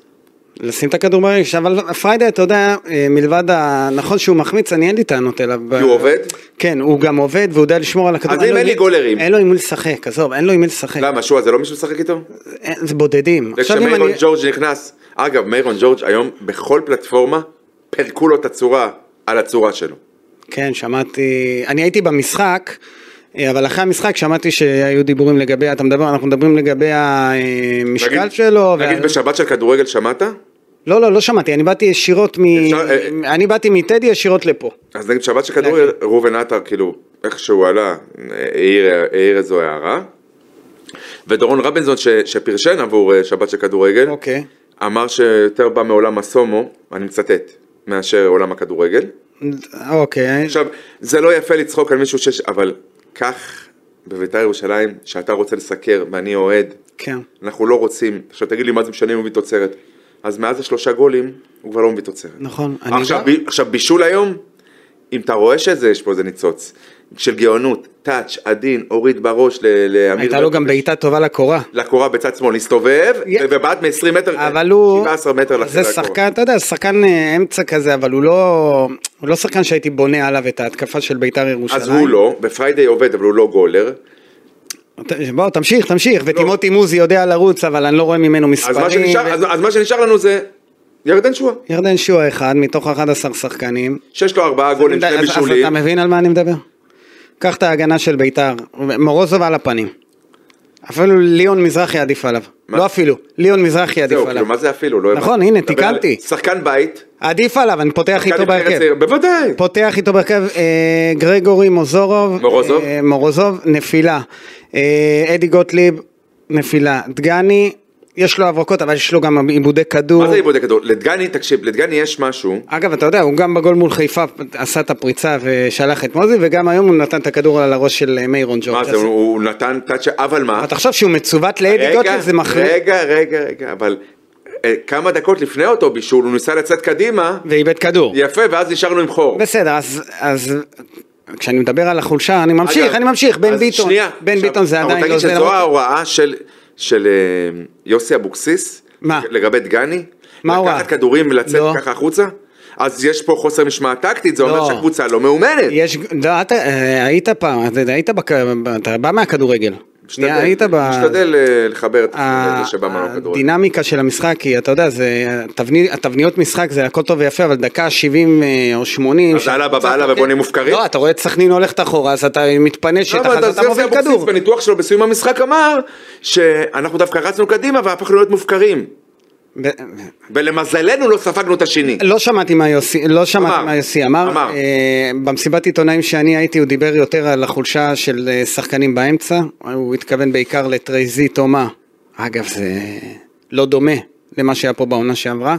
Speaker 2: לשים את הכדור ברגש, אבל פריידי, אתה יודע, אה, מלבד ה... נכון שהוא מחמיץ, אני אין לי טענות אליו. ב-
Speaker 3: כי הוא עובד?
Speaker 2: כן, הוא גם עובד והוא יודע לשמור על הכדור.
Speaker 3: אז אם
Speaker 2: לו
Speaker 3: אין לי
Speaker 2: מי-
Speaker 3: גולרים.
Speaker 2: אין לו עם מי לשחק, עזוב, אין לו עם מי לשחק.
Speaker 3: למה, שועה זה לא מישהו משחק איתו?
Speaker 2: אין- זה בודדים. עכשיו כן. אם
Speaker 3: וכשמיירון
Speaker 2: אני...
Speaker 3: ג'ורג' נכנס, אגב, מיירון ג'ורג' היום בכל פלטפורמה, פירקו לו את הצורה על הצורה שלו.
Speaker 2: כן, שמעתי... אני הייתי במשחק, אה, אבל אחרי המשחק שמעתי שהיו דיבורים לגבי, אתה מדבר, אנחנו מדברים לגבי המשקל
Speaker 3: נגיד-
Speaker 2: שלו.
Speaker 3: נגיד
Speaker 2: וה-
Speaker 3: בשבת של כדורגל שמעת?
Speaker 2: לא, לא, לא שמעתי, אני באתי ישירות מ...
Speaker 3: אפשר, אה,
Speaker 2: אני באתי מטדי ישירות לפה.
Speaker 3: אז נגיד בשבת של כדורגל ראובן עטר כאילו איך שהוא עלה העיר- העיר איזו הערה ודורון רבנזון ש- שפרשן עבור אה, שבת של כדורגל
Speaker 2: אוקיי.
Speaker 3: אמר שיותר בא מעולם הסומו, אני מצטט, מאשר עולם הכדורגל.
Speaker 2: אוקיי.
Speaker 3: עכשיו, זה לא יפה לצחוק על מישהו שיש, אבל כך בביתר ירושלים, שאתה רוצה לסקר ואני אוהד,
Speaker 2: כן.
Speaker 3: אנחנו לא רוצים, עכשיו תגיד לי מה זה משנה אם הוא מביא תוצרת. אז מאז השלושה גולים, הוא כבר לא מביא תוצרת.
Speaker 2: נכון, אני
Speaker 3: עכשיו,
Speaker 2: גם-
Speaker 3: ב, עכשיו בישול היום, אם אתה רואה שזה, יש פה איזה ניצוץ, של גאונות, טאץ', עדין, הוריד בראש ל- לאמיר...
Speaker 2: הייתה לו
Speaker 3: ברקוביץ'.
Speaker 2: גם בעיטה טובה לקורה.
Speaker 3: לקורה בצד שמאל, הסתובב,
Speaker 2: יה-
Speaker 3: ובעט מ-20 מטר,
Speaker 2: אבל הוא...
Speaker 3: 17 מטר
Speaker 2: זה
Speaker 3: לקורה.
Speaker 2: שחקן, אתה יודע, שחקן אה, אמצע כזה, אבל הוא לא... הוא לא שחקן שהייתי בונה עליו את ההתקפה של בית"ר ירושלים.
Speaker 3: אז הוא לא, ופריידי עובד, אבל הוא לא גולר.
Speaker 2: ת- בוא, תמשיך, תמשיך. וטימותי מוזי יודע לרוץ, אבל אני לא רואה ממנו
Speaker 3: לא. אז
Speaker 2: מספרים.
Speaker 3: מה, שנשאר, אז, אז מה שנשאר לנו זה ירדן שואה,
Speaker 2: ירדן שועה אחד, מתוך 11 שחקנים.
Speaker 3: שיש לו ארבעה גולים, שני
Speaker 2: אז- אז
Speaker 3: בישולים.
Speaker 2: אתה מבין על מה אני מדבר? קח את ההגנה של ביתר, מורוזוב על הפנים. אפילו ליאון מזרחי עדיף עליו.
Speaker 3: מה?
Speaker 2: לא אפילו, ליאון מזרחי עדיף
Speaker 3: זהו,
Speaker 2: עליו.
Speaker 3: כאילו, מה זה אפילו? לא
Speaker 2: נכון,
Speaker 3: הבנתי.
Speaker 2: הנה,
Speaker 3: אתה מדבר על
Speaker 2: תיקנתי.
Speaker 3: שחקן בית.
Speaker 2: עדיף עליו, אני פותח
Speaker 3: שחקן
Speaker 2: איתו
Speaker 3: נבחרת
Speaker 2: בהרכב.
Speaker 3: צעיר, בוודאי.
Speaker 2: פותח איתו בהרכב אה, גרגורי מוזורוב.
Speaker 3: מורוזוב?
Speaker 2: אה, מורוזוב, נפילה. אה, אדי גוטליב, נפילה. דגני, יש לו הברקות, אבל יש לו גם עיבודי כדור.
Speaker 3: מה זה עיבודי כדור? לדגני, תקשיב, לדגני יש משהו.
Speaker 2: אגב, אתה יודע, הוא גם בגול מול חיפה עשה את הפריצה ושלח את מוזי, וגם היום הוא נתן את הכדור על הראש של אה, מיירון ג'ורג'.
Speaker 3: מה זה, הוא- הוא נתן טאצ'ה, אבל מה?
Speaker 2: אבל תחשוב שהוא מצוות לאדי גוטליב, זה מכריע.
Speaker 3: רגע, רגע, רגע, אבל אה, כמה דקות לפני אותו בישול, הוא ניסה לצאת קדימה,
Speaker 2: ואיבד כדור.
Speaker 3: יפה, ואז נשארנו עם חור.
Speaker 2: בסדר, אז- אז כשאני מדבר על החולשה, אני ממשיך,
Speaker 3: אגב,
Speaker 2: אני ממשיך, בן
Speaker 3: אז
Speaker 2: ביטון.
Speaker 3: שנייה,
Speaker 2: בן
Speaker 3: עכשיו,
Speaker 2: ביטון זה
Speaker 3: אבל
Speaker 2: עדיין לא זה.
Speaker 3: תגיד שזו
Speaker 2: למרות-
Speaker 3: ההוראה של- של אה, יוסי אבוקסיס?
Speaker 2: מה?
Speaker 3: לגבי דגני?
Speaker 2: מה ההוראה?
Speaker 3: לקחת כדורים ולצאת
Speaker 2: לא.
Speaker 3: ככה החוצה? אז יש פה חוסר משמעת טקטית, זה
Speaker 2: לא.
Speaker 3: אומר שהקבוצה לא מאומנת.
Speaker 2: יש, לא, אתה אה, היית פעם, אתה יודע, היית, בק- אתה בא מהכדורגל.
Speaker 3: משתדל-
Speaker 2: שנייה, היית ב...
Speaker 3: משתדל אה, לחבר את
Speaker 2: ה-
Speaker 3: זה שבא מנו כדורגל.
Speaker 2: הדינמיקה של המשחק היא, אתה יודע, זה, התבני- התבניות משחק זה הכל טוב ויפה, אבל דקה 70 אה, או 80.
Speaker 3: אז
Speaker 2: שהקבוצה
Speaker 3: אללה בבא אללה
Speaker 2: תוקפת-
Speaker 3: ובונים מופקרים? לא,
Speaker 2: לא, אתה רואה את סכנין הולכת אחורה, אז אתה מתפנה שטח,
Speaker 3: אבל
Speaker 2: אז
Speaker 3: אז
Speaker 2: אתה
Speaker 3: יוסי
Speaker 2: מוביל
Speaker 3: אבוקסיס
Speaker 2: כדור.
Speaker 3: בניתוח שלו בסיום המשחק אמר שאנחנו דווקא רצנו קדימה והפכנו להיות מופקרים.
Speaker 2: ב-
Speaker 3: ולמזלנו לא ספגנו את השני.
Speaker 2: לא שמעתי מה יוסי, לא שמעתי
Speaker 3: אמר,
Speaker 2: מה יוסי אמר.
Speaker 3: אמר.
Speaker 2: אה, במסיבת עיתונאים שאני הייתי הוא דיבר יותר על החולשה של אה, שחקנים באמצע, הוא התכוון בעיקר לטרייזי תומה. אגב זה לא דומה למה שהיה פה בעונה שעברה,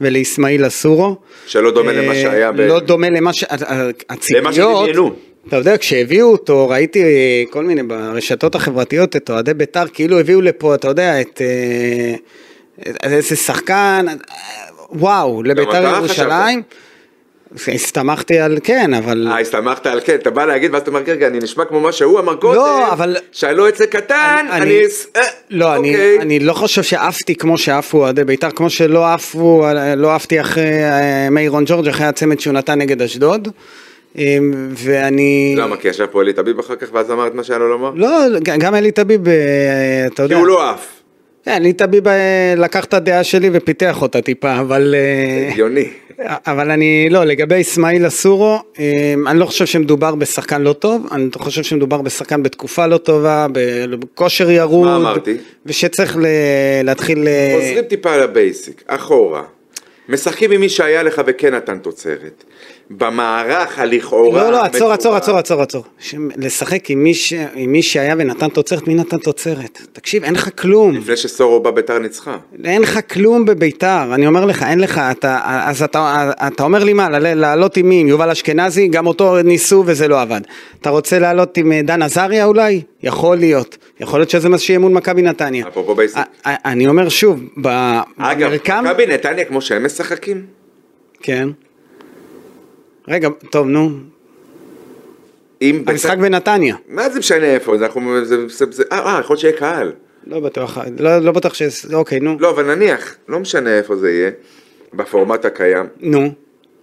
Speaker 2: ולאיסמעיל אסורו.
Speaker 3: שלא דומה
Speaker 2: אה,
Speaker 3: למה שהיה ב-
Speaker 2: לא דומה למה ש... הציפיות...
Speaker 3: שדמיינו.
Speaker 2: אתה יודע, כשהביאו אותו, ראיתי אה, כל מיני ברשתות החברתיות את אוהדי בית"ר, כאילו הביאו לפה, אתה יודע, את... אה, את- איזה שחקן, אה, וואו, לבית"ר
Speaker 3: אתה
Speaker 2: ירושלים. הסתמכתי על כן, אבל...
Speaker 3: אה, הסתמכת על כן, אתה בא להגיד ואז אתה אומר, רגע, אני נשמע כמו מה שהוא אמר קודם,
Speaker 2: לא, אבל-
Speaker 3: שהלא אצא קטן,
Speaker 2: אני-
Speaker 3: אני... אס- אה,
Speaker 2: לא, אני,
Speaker 3: אוקיי.
Speaker 2: אני לא חושב שעפתי כמו שעפו אוהדי בית"ר, כמו שלא עפו, לא עפתי אחרי אה, מיירון ג'ורג', אחרי הצמד שהוא נתן נגד אשדוד. אה, ואני...
Speaker 3: למה? כי ישב פה אלי טביב אחר כך ואז אמר את מה שהיה לו לומר?
Speaker 2: לא, גם אלי טביב, אה, אתה
Speaker 3: כי
Speaker 2: יודע.
Speaker 3: הוא לא עף.
Speaker 2: כן, אלי טביב אה, לקח את הדעה שלי ופיתח אותה טיפה, אבל... אה,
Speaker 3: הגיוני.
Speaker 2: אבל אני, לא, לגבי אסמאעיל אסורו, אה, אני לא חושב שמדובר בשחקן לא טוב, אני חושב שמדובר בשחקן בתקופה לא טובה, בכושר ירוד.
Speaker 3: מה אמרתי?
Speaker 2: ושצריך ל- להתחיל... אה,
Speaker 3: חוזרים טיפה לבייסיק, אחורה. משחקים עם מי שהיה לך וכן נתן תוצרת. במערך הלכאורה...
Speaker 2: לא, לא, עצור,
Speaker 3: המטורף.
Speaker 2: עצור, עצור, עצור, עצור. ש- לשחק עם מי ש- עם מי שהיה ונתן תוצרת, מי נתן תוצרת? תקשיב, אין לך כלום.
Speaker 3: לפני שסורו בא ביתר ניצחה.
Speaker 2: אין לך כלום בביתר, אני אומר לך, אין לך, אתה, אז אתה, אתה אומר לי מה, לעל- לעלות עם מי, עם יובל אשכנזי, גם אותו ניסו וזה לא עבד. אתה רוצה לעלות עם אה, דן עזריה אולי? יכול להיות. יכול להיות שזה מה שיהיה מול מכבי נתניה.
Speaker 3: אפרופו בייסיק.
Speaker 2: א- א- אני אומר שוב, ב-
Speaker 3: אגב,
Speaker 2: במרקם...
Speaker 3: מכבי נתניה כמו שהם משחקים?
Speaker 2: כן. רגע, טוב, נו.
Speaker 3: אם ביתר-
Speaker 2: המשחק בנתניה.
Speaker 3: מה זה משנה איפה? זה אנחנו... זה- זה- זה- אה, אה, יכול להיות שיהיה קהל.
Speaker 2: לא בטוח, לא, לא בטוח ש... אוקיי, נו.
Speaker 3: לא, אבל נניח, לא משנה איפה זה יהיה, בפורמט הקיים,
Speaker 2: נו.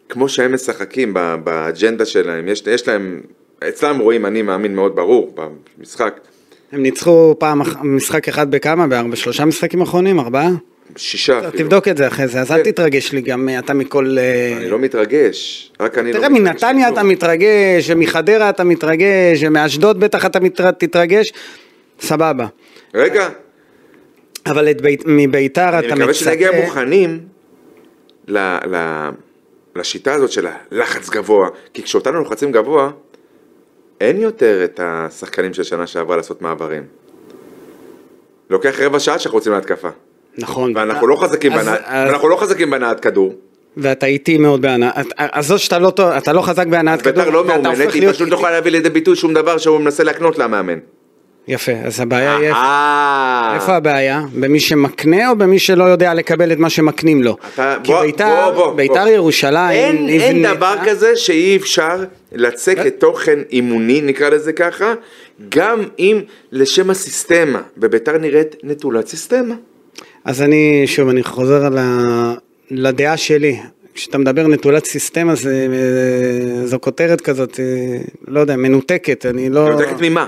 Speaker 3: כמו שהם משחקים ב- באג'נדה שלהם, יש, יש להם, אצלם רואים, אני מאמין מאוד ברור, במשחק,
Speaker 2: הם ניצחו פעם, אח- משחק אחד בכמה? בארבע, שלושה משחקים אחרונים? ארבעה?
Speaker 3: שישה אפילו.
Speaker 2: לא, תבדוק את זה אחרי זה, אז אל
Speaker 3: כן.
Speaker 2: תתרגש לי גם, אה, אתה מכל... אה,
Speaker 3: אני לא מתרגש, רק אני לא
Speaker 2: תראה,
Speaker 3: מתרגש.
Speaker 2: מנתניה אתה מתרגש, ומחדרה אתה מתרגש, ומאשדוד בטח אתה מתר- תתרגש, סבבה.
Speaker 3: רגע,
Speaker 2: אבל את בית- מביתר
Speaker 3: אני
Speaker 2: אתה
Speaker 3: מקווה שנגיע
Speaker 2: מצפה...
Speaker 3: מוכנים ל, ל, לשיטה הזאת של הלחץ גבוה, כי כשאותנו לוחצים גבוה, אין יותר את השחקנים של שנה שעברה לעשות מעברים. לוקח רבע שעה שאנחנו רוצים להתקפה,
Speaker 2: נכון.
Speaker 3: ואנחנו לא חזקים
Speaker 2: אז-
Speaker 3: בהנעת-
Speaker 2: אז-
Speaker 3: ואנחנו לא חזקים בהנעת כדור.
Speaker 2: ואתה איטי מאוד בהנעת... אז זאת שאתה לא טוב, אתה לא חזק בהנעת כדור,
Speaker 3: בית"ר לא
Speaker 2: ואתה
Speaker 3: מאומנת,
Speaker 2: הופך
Speaker 3: היא
Speaker 2: להיות
Speaker 3: פשוט לא
Speaker 2: איטי.
Speaker 3: יכולה להביא לידי ביטוי שום דבר שהוא מנסה להקנות לה מאמן.
Speaker 2: אה, יפה, אז הבעיה היא... איפה-
Speaker 3: אה,
Speaker 2: איפה הבעיה? במי שמקנה או במי שלא יודע לקבל את מה שמקנים לו?
Speaker 3: אתה-
Speaker 2: כי
Speaker 3: בוא-
Speaker 2: ביתר,
Speaker 3: בוא- בוא-
Speaker 2: ביתר
Speaker 3: בוא.
Speaker 2: ירושלים אה?
Speaker 3: אין, אין
Speaker 2: נבנתה-
Speaker 3: דבר כזה שאי אפשר לצק
Speaker 2: אה?
Speaker 3: לתוכן אימוני, נקרא לזה ככה, גם אם לשם הסיסטמה, וביתר נראית נטולת סיסטמה.
Speaker 2: אה. אז אני, שוב, אני חוזר על ה... לדעה שלי. כשאתה מדבר נטולת סיסטמה, זה, זו כותרת כזאת, אה, לא יודע, מנותקת, אני לא...
Speaker 3: מנותקת ממה?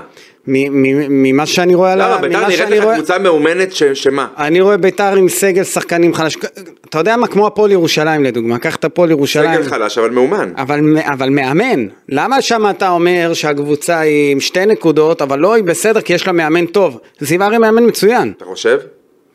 Speaker 2: מ- מ- ממה שאני רואה על ה-
Speaker 3: למה? ביתר
Speaker 2: לא, ממה
Speaker 3: נראית
Speaker 2: שאני
Speaker 3: לך
Speaker 2: רואה-
Speaker 3: קבוצה מאומנת ש- שמה?
Speaker 2: אני רואה ביתר עם סגל שחקנים חלש, אתה יודע מה? כמו הפועל ירושלים לדוגמה, קח את הפועל ירושלים. אה.
Speaker 3: סגל חלש אבל מאומן.
Speaker 2: אבל, אבל מאמן, למה שם אתה אומר שהקבוצה היא עם שתי נקודות, אבל לא, היא בסדר כי יש לה מאמן טוב. זיו ארי מאמן מצוין.
Speaker 3: אתה חושב?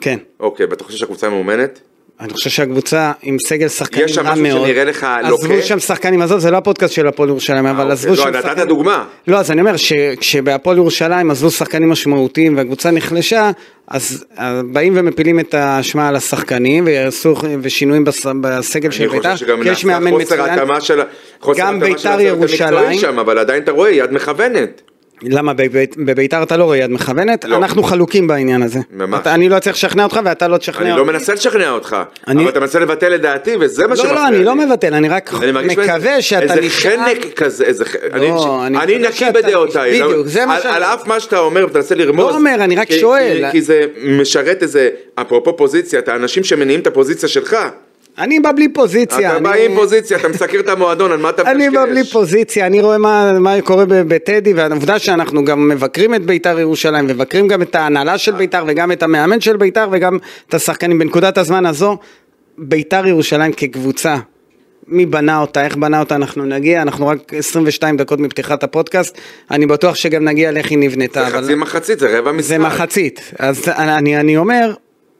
Speaker 2: כן.
Speaker 3: אוקיי, ואתה חושב שהקבוצה מאומנת?
Speaker 2: אני חושב שהקבוצה עם סגל שחקנים
Speaker 3: יש שם
Speaker 2: רע
Speaker 3: משהו
Speaker 2: מאוד.
Speaker 3: שנראה לך לוקה?
Speaker 2: עזבו שם שחקנים, עזוב, זה לא הפודקאסט של הפועל ירושלים, אבל
Speaker 3: אוקיי.
Speaker 2: עזבו
Speaker 3: לא,
Speaker 2: שם
Speaker 3: נתת
Speaker 2: שחקנים.
Speaker 3: דוגמה.
Speaker 2: לא, אז אני אומר שכשבהפועל ירושלים עזבו שחקנים משמעותיים והקבוצה נחלשה, אז אה, באים ומפילים את האשמה על השחקנים ויעשו ושינויים בס- בסגל של
Speaker 3: אני
Speaker 2: בית"ר,
Speaker 3: חושב שגם
Speaker 2: כי יש
Speaker 3: נעשה
Speaker 2: מאמן
Speaker 3: חוסר
Speaker 2: מצוין.
Speaker 3: התאמה של ה- חוסר
Speaker 2: גם
Speaker 3: התאמה
Speaker 2: ביתר
Speaker 3: של הצוות המקצועי
Speaker 2: ירושלים.
Speaker 3: שם, אבל עדיין אתה רואה יד מכוונת.
Speaker 2: למה בבית- בביתר אתה לא רואה יד מכוונת?
Speaker 3: לא.
Speaker 2: אנחנו חלוקים בעניין הזה.
Speaker 3: ממש.
Speaker 2: אתה- אני לא אצליח לשכנע אותך ואתה לא
Speaker 3: אני
Speaker 2: תשכנע
Speaker 3: לא
Speaker 2: אותי.
Speaker 3: מנסה לשכנע אותך,
Speaker 2: אני-
Speaker 3: אבל אתה מנסה לבטל את דעתי, וזה מה
Speaker 2: לא,
Speaker 3: שמפריע
Speaker 2: לא,
Speaker 3: לי.
Speaker 2: אני לא מבטל, אני רק
Speaker 3: אני מרגיש
Speaker 2: מקווה
Speaker 3: באיזה-
Speaker 2: שאתה
Speaker 3: איזה
Speaker 2: נשאר... לא,
Speaker 3: חנק כזה, איזה ח- אני-
Speaker 2: אני
Speaker 3: אני
Speaker 2: מקווה
Speaker 3: נקי
Speaker 2: שאתה-
Speaker 3: בדעותיי. לא-
Speaker 2: בדיוק, זה מה
Speaker 3: על-
Speaker 2: שאני-
Speaker 3: על אף מה שאתה אומר ותנסה לרמוז.
Speaker 2: לא אומר, אני רק
Speaker 3: כי-
Speaker 2: שואל.
Speaker 3: כי- כי זה משרת איזה, אפרופו פוזיציה, את האנשים שמניעים את הפוזיציה שלך.
Speaker 2: אני בא בלי פוזיציה.
Speaker 3: אתה
Speaker 2: אני-
Speaker 3: בא עם פוזיציה, אתה מסקר את המועדון, על מה אתה
Speaker 2: אני בא בלי
Speaker 3: מקשקש?
Speaker 2: פוזיציה, אני רואה מה, מה קורה ב- בטדי, והעובדה שאנחנו גם מבקרים את בית"ר ירושלים, מבקרים גם את ההנהלה של בית"ר, וגם את המאמן של בית"ר, וגם את השחקנים. בנקודת הזמן הזו, בית"ר ירושלים כקבוצה, מי בנה אותה, איך בנה אותה, אנחנו נגיע, אנחנו רק 22 דקות מפתיחת הפודקאסט, אני בטוח שגם נגיע לאיך היא נבנתה.
Speaker 3: זה
Speaker 2: אבל-
Speaker 3: חצי מחצית, זה רבע משחק.
Speaker 2: זה מחצית. אז אני, אני- אני אומר,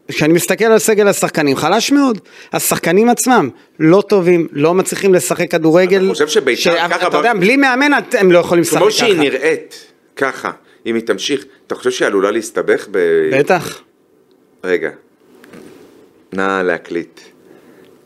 Speaker 2: כשאני מסתכל על סגל השחקנים, חלש מאוד. השחקנים עצמם לא טובים, לא מצליחים לשחק כדורגל.
Speaker 3: אני חושב שבית"ר ככה
Speaker 2: אתה
Speaker 3: ב-
Speaker 2: יודע, בלי מאמן את- הם לא יכולים לשחק
Speaker 3: כמו שהיא
Speaker 2: ככה.
Speaker 3: נראית, ככה, אם היא תמשיך, אתה חושב שהיא עלולה להסתבך ב...
Speaker 2: בטח.
Speaker 3: רגע, נא להקליט.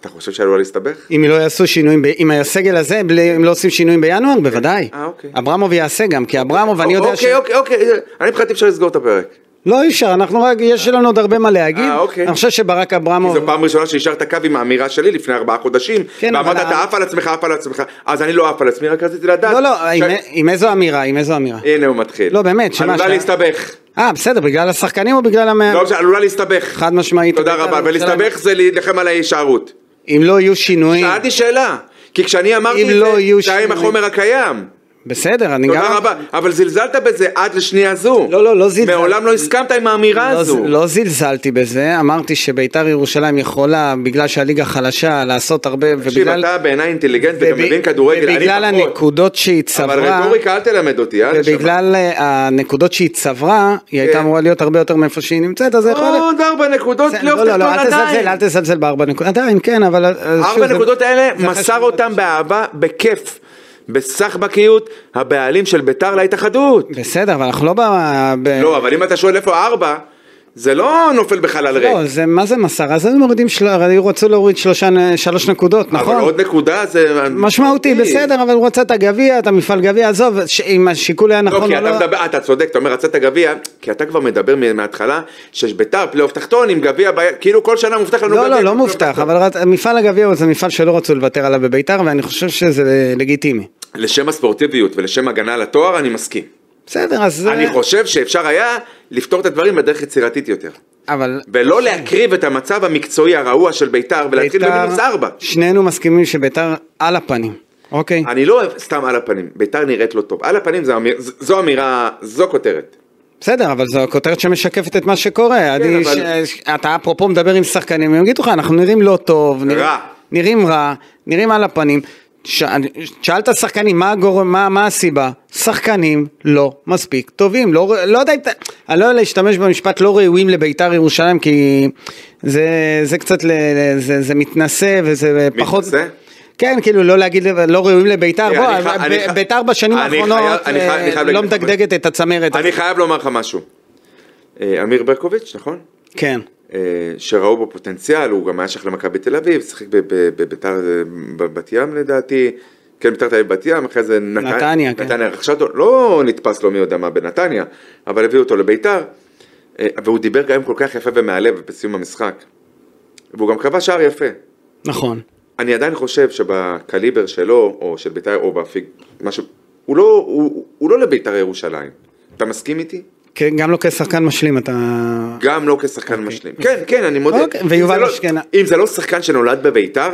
Speaker 3: אתה חושב שעלולה להסתבך?
Speaker 2: אם לא יעשו שינויים, ב- אם הסגל הזה, בלי, אם לא עושים שינויים בינואר, בוודאי.
Speaker 3: אה, אוקיי.
Speaker 2: אברמוב יעשה גם, כי אברמוב, אני יודע ש...
Speaker 3: אוקיי, אוקיי, אוקיי, אני מבחינתי אפשר לסגור את הפרק.
Speaker 2: לא, אי אפשר, אנחנו רק, יש לנו עוד הרבה מה להגיד.
Speaker 3: אה, אוקיי.
Speaker 2: אני חושב שברק
Speaker 3: כי
Speaker 2: אברמוב...
Speaker 3: זו פעם ראשונה שהשארת קו עם האמירה שלי לפני ארבעה חודשים,
Speaker 2: כן,
Speaker 3: ואמרת
Speaker 2: אבל ה-
Speaker 3: אתה עף על עצמך, עף על עצמך, אז אני לא עף על עצמי, רק רציתי לדעת.
Speaker 2: לא, לא,
Speaker 3: ש-
Speaker 2: עם, עם איזו אמירה, עם איזו אמירה.
Speaker 3: הנה הוא מתחיל.
Speaker 2: לא, באמת, שמה,
Speaker 3: עלולה
Speaker 2: שה-
Speaker 3: להסתבך.
Speaker 2: אה, בסדר, בגלל השחקנים או בגלל המאמן?
Speaker 3: לא, עלולה להסתבך.
Speaker 2: חד משמעית.
Speaker 3: תודה
Speaker 2: בית"ר
Speaker 3: רבה,
Speaker 2: ירושלים.
Speaker 3: ולהסתבך זה להילחם על ההישארות.
Speaker 2: אם לא יהיו שינויים,
Speaker 3: שאלתי שאלה, כי כשאני אמרתי
Speaker 2: אם
Speaker 3: את
Speaker 2: לא יהיו
Speaker 3: זה, זה היה עם
Speaker 2: שינויים.
Speaker 3: החומר הקיים.
Speaker 2: בסדר, אני גם...
Speaker 3: תודה רבה, אבל זלזלת בזה עד לשנייה זו.
Speaker 2: לא, לא, לא זלזל-
Speaker 3: מעולם לא הסכמת עם האמירה
Speaker 2: לא,
Speaker 3: הזו.
Speaker 2: ז- לא זלזלתי בזה, אמרתי שביתר ירושלים יכולה, בגלל שהליגה חלשה, לעשות הרבה,
Speaker 3: תקשיב,
Speaker 2: ובגלל...
Speaker 3: אתה בעיני אינטליגנט
Speaker 2: וב-
Speaker 3: וגם מבין כדורגל, אני
Speaker 2: ובגלל
Speaker 3: פחות.
Speaker 2: הנקודות שהיא
Speaker 3: אבל
Speaker 2: צברה,
Speaker 3: רטוריקה אל תלמד אותי, אה? נשמה.
Speaker 2: ובגלל אה, הנקודות שהיא צברה, היא הייתה
Speaker 3: כן.
Speaker 2: אמורה להיות הרבה יותר מאיפה שהיא נמצאת, אז זה יכול להיות...
Speaker 3: עוד ארבע נקודות,
Speaker 2: זה-
Speaker 3: פלייאוף
Speaker 2: לא, לא,
Speaker 3: תחתון
Speaker 2: לא, אל תזלזל,
Speaker 3: עדיין.
Speaker 2: אל תזלזל בארבע נקודות, עדיין, כן, אבל... אה, שוב,
Speaker 3: ארבע
Speaker 2: זה-
Speaker 3: נקודות האלה,
Speaker 2: זה
Speaker 3: מסר
Speaker 2: חשוב.
Speaker 3: אותם באהבה, בכיף. בסחבקיות, הבעלים של ביתר להתאחדות.
Speaker 2: בסדר, אבל אנחנו לא ב... ב-
Speaker 3: לא, אבל אם אתה שואל איפה ארבע, זה לא נופל בחלל ריק.
Speaker 2: לא, זה מה זה מסר? אז הם מורידים, של... היו רצו להוריד שלושה, שלוש נקודות, נכון?
Speaker 3: אבל עוד נקודה זה...
Speaker 2: משמעותי,
Speaker 3: אוקיי.
Speaker 2: בסדר, אבל הוא רוצה את הגביע, את המפעל גביע, עזוב, ש- אם השיקול היה
Speaker 3: לא,
Speaker 2: נכון
Speaker 3: כי
Speaker 2: או
Speaker 3: אתה
Speaker 2: לא.
Speaker 3: מדבר, אתה צודק, אתה אומר, רצית גביע, כי אתה כבר מדבר מ- מההתחלה, שיש ביתר, פלייאוף תחתון עם גביע, ביד, כאילו כל שנה מובטח
Speaker 2: לא,
Speaker 3: לנו גביע.
Speaker 2: לא, לא
Speaker 3: פלייאוף
Speaker 2: מובטח,
Speaker 3: תחתון.
Speaker 2: אבל רצ- מפעל הגביע זה מפעל שלא רצו לוותר עליו בביתר, ואני חושב שזה לגיטימי.
Speaker 3: לשם הספורטיביות ולשם הגנה על התואר, אני מסכים.
Speaker 2: בסדר, אז... זה-
Speaker 3: אני חושב שאפשר היה לפתור את הדברים בדרך יצירתית יותר.
Speaker 2: אבל...
Speaker 3: ולא להקריב את המצב המקצועי הרעוע של ביתר ולהתחיל
Speaker 2: ביתר-
Speaker 3: במינוס ארבע.
Speaker 2: שנינו מסכימים שביתר על הפנים, אוקיי?
Speaker 3: אני לא אוהב סתם על הפנים, ביתר נראית לא טוב. על הפנים זו אמיר- ז- זו אמירה, זו כותרת.
Speaker 2: בסדר, אבל זו הכותרת שמשקפת את מה שקורה. אני,
Speaker 3: כן, אבל-
Speaker 2: ש... אתה אפרופו מדבר עם שחקנים, הם יגידו לך, אנחנו נראים לא טוב, נראים,
Speaker 3: רע.
Speaker 2: נראים רע, נראים על הפנים. ש... שאלת שחקנים, מה, הגורם, מה, מה הסיבה? שחקנים לא מספיק טובים, לא, ר- לא יודע אם, ת- אני לא יודע להשתמש במשפט לא ראויים לביתר ירושלים, כי זה, זה קצת, ל... זה, זה מתנשא וזה פחות...
Speaker 3: מתנשא?
Speaker 2: כן, כאילו לא להגיד, לא ראויים לביתר,
Speaker 3: תראה,
Speaker 2: בוא,
Speaker 3: אני חי-
Speaker 2: ב-
Speaker 3: אני חי-
Speaker 2: ביתר בשנים
Speaker 3: אני חייב-
Speaker 2: האחרונות
Speaker 3: אני חייב- אני
Speaker 2: אה,
Speaker 3: חייב
Speaker 2: לא
Speaker 3: להגיד לך משהו.
Speaker 2: מדגדגת את הצמרת.
Speaker 3: אני חייב לומר לך משהו. אה, אמיר ברקוביץ', נכון?
Speaker 2: כן.
Speaker 3: אה, שראו בו פוטנציאל, הוא גם היה שייך למכבי תל אביב, שיחק ב- ב- בביתר אה, בבת ים לדעתי, כן ביתר תל אביב בת ים, אחרי זה נת-
Speaker 2: נתניה, כן.
Speaker 3: נתניה רכשה אותו, לא נתפס לו מי יודע מה בנתניה, אבל הביאו אותו לביתר, אה, והוא דיבר גם כל כך יפה ומהלב בסיום המשחק, והוא גם קבע שער יפה.
Speaker 2: נכון.
Speaker 3: אני עדיין חושב שבקליבר שלו, או של ביתר, או באפיק, משהו, הוא לא, הוא, הוא לא לביתר ירושלים. אתה מסכים איתי?
Speaker 2: כן, גם לא כשחקן משלים אתה...
Speaker 3: גם לא כשחקן okay. משלים. כן, כן, אני מודה.
Speaker 2: אוקיי,
Speaker 3: אם
Speaker 2: ויובל
Speaker 3: זה לא-
Speaker 2: אשכנזי.
Speaker 3: אם זה לא שחקן שנולד בביתר,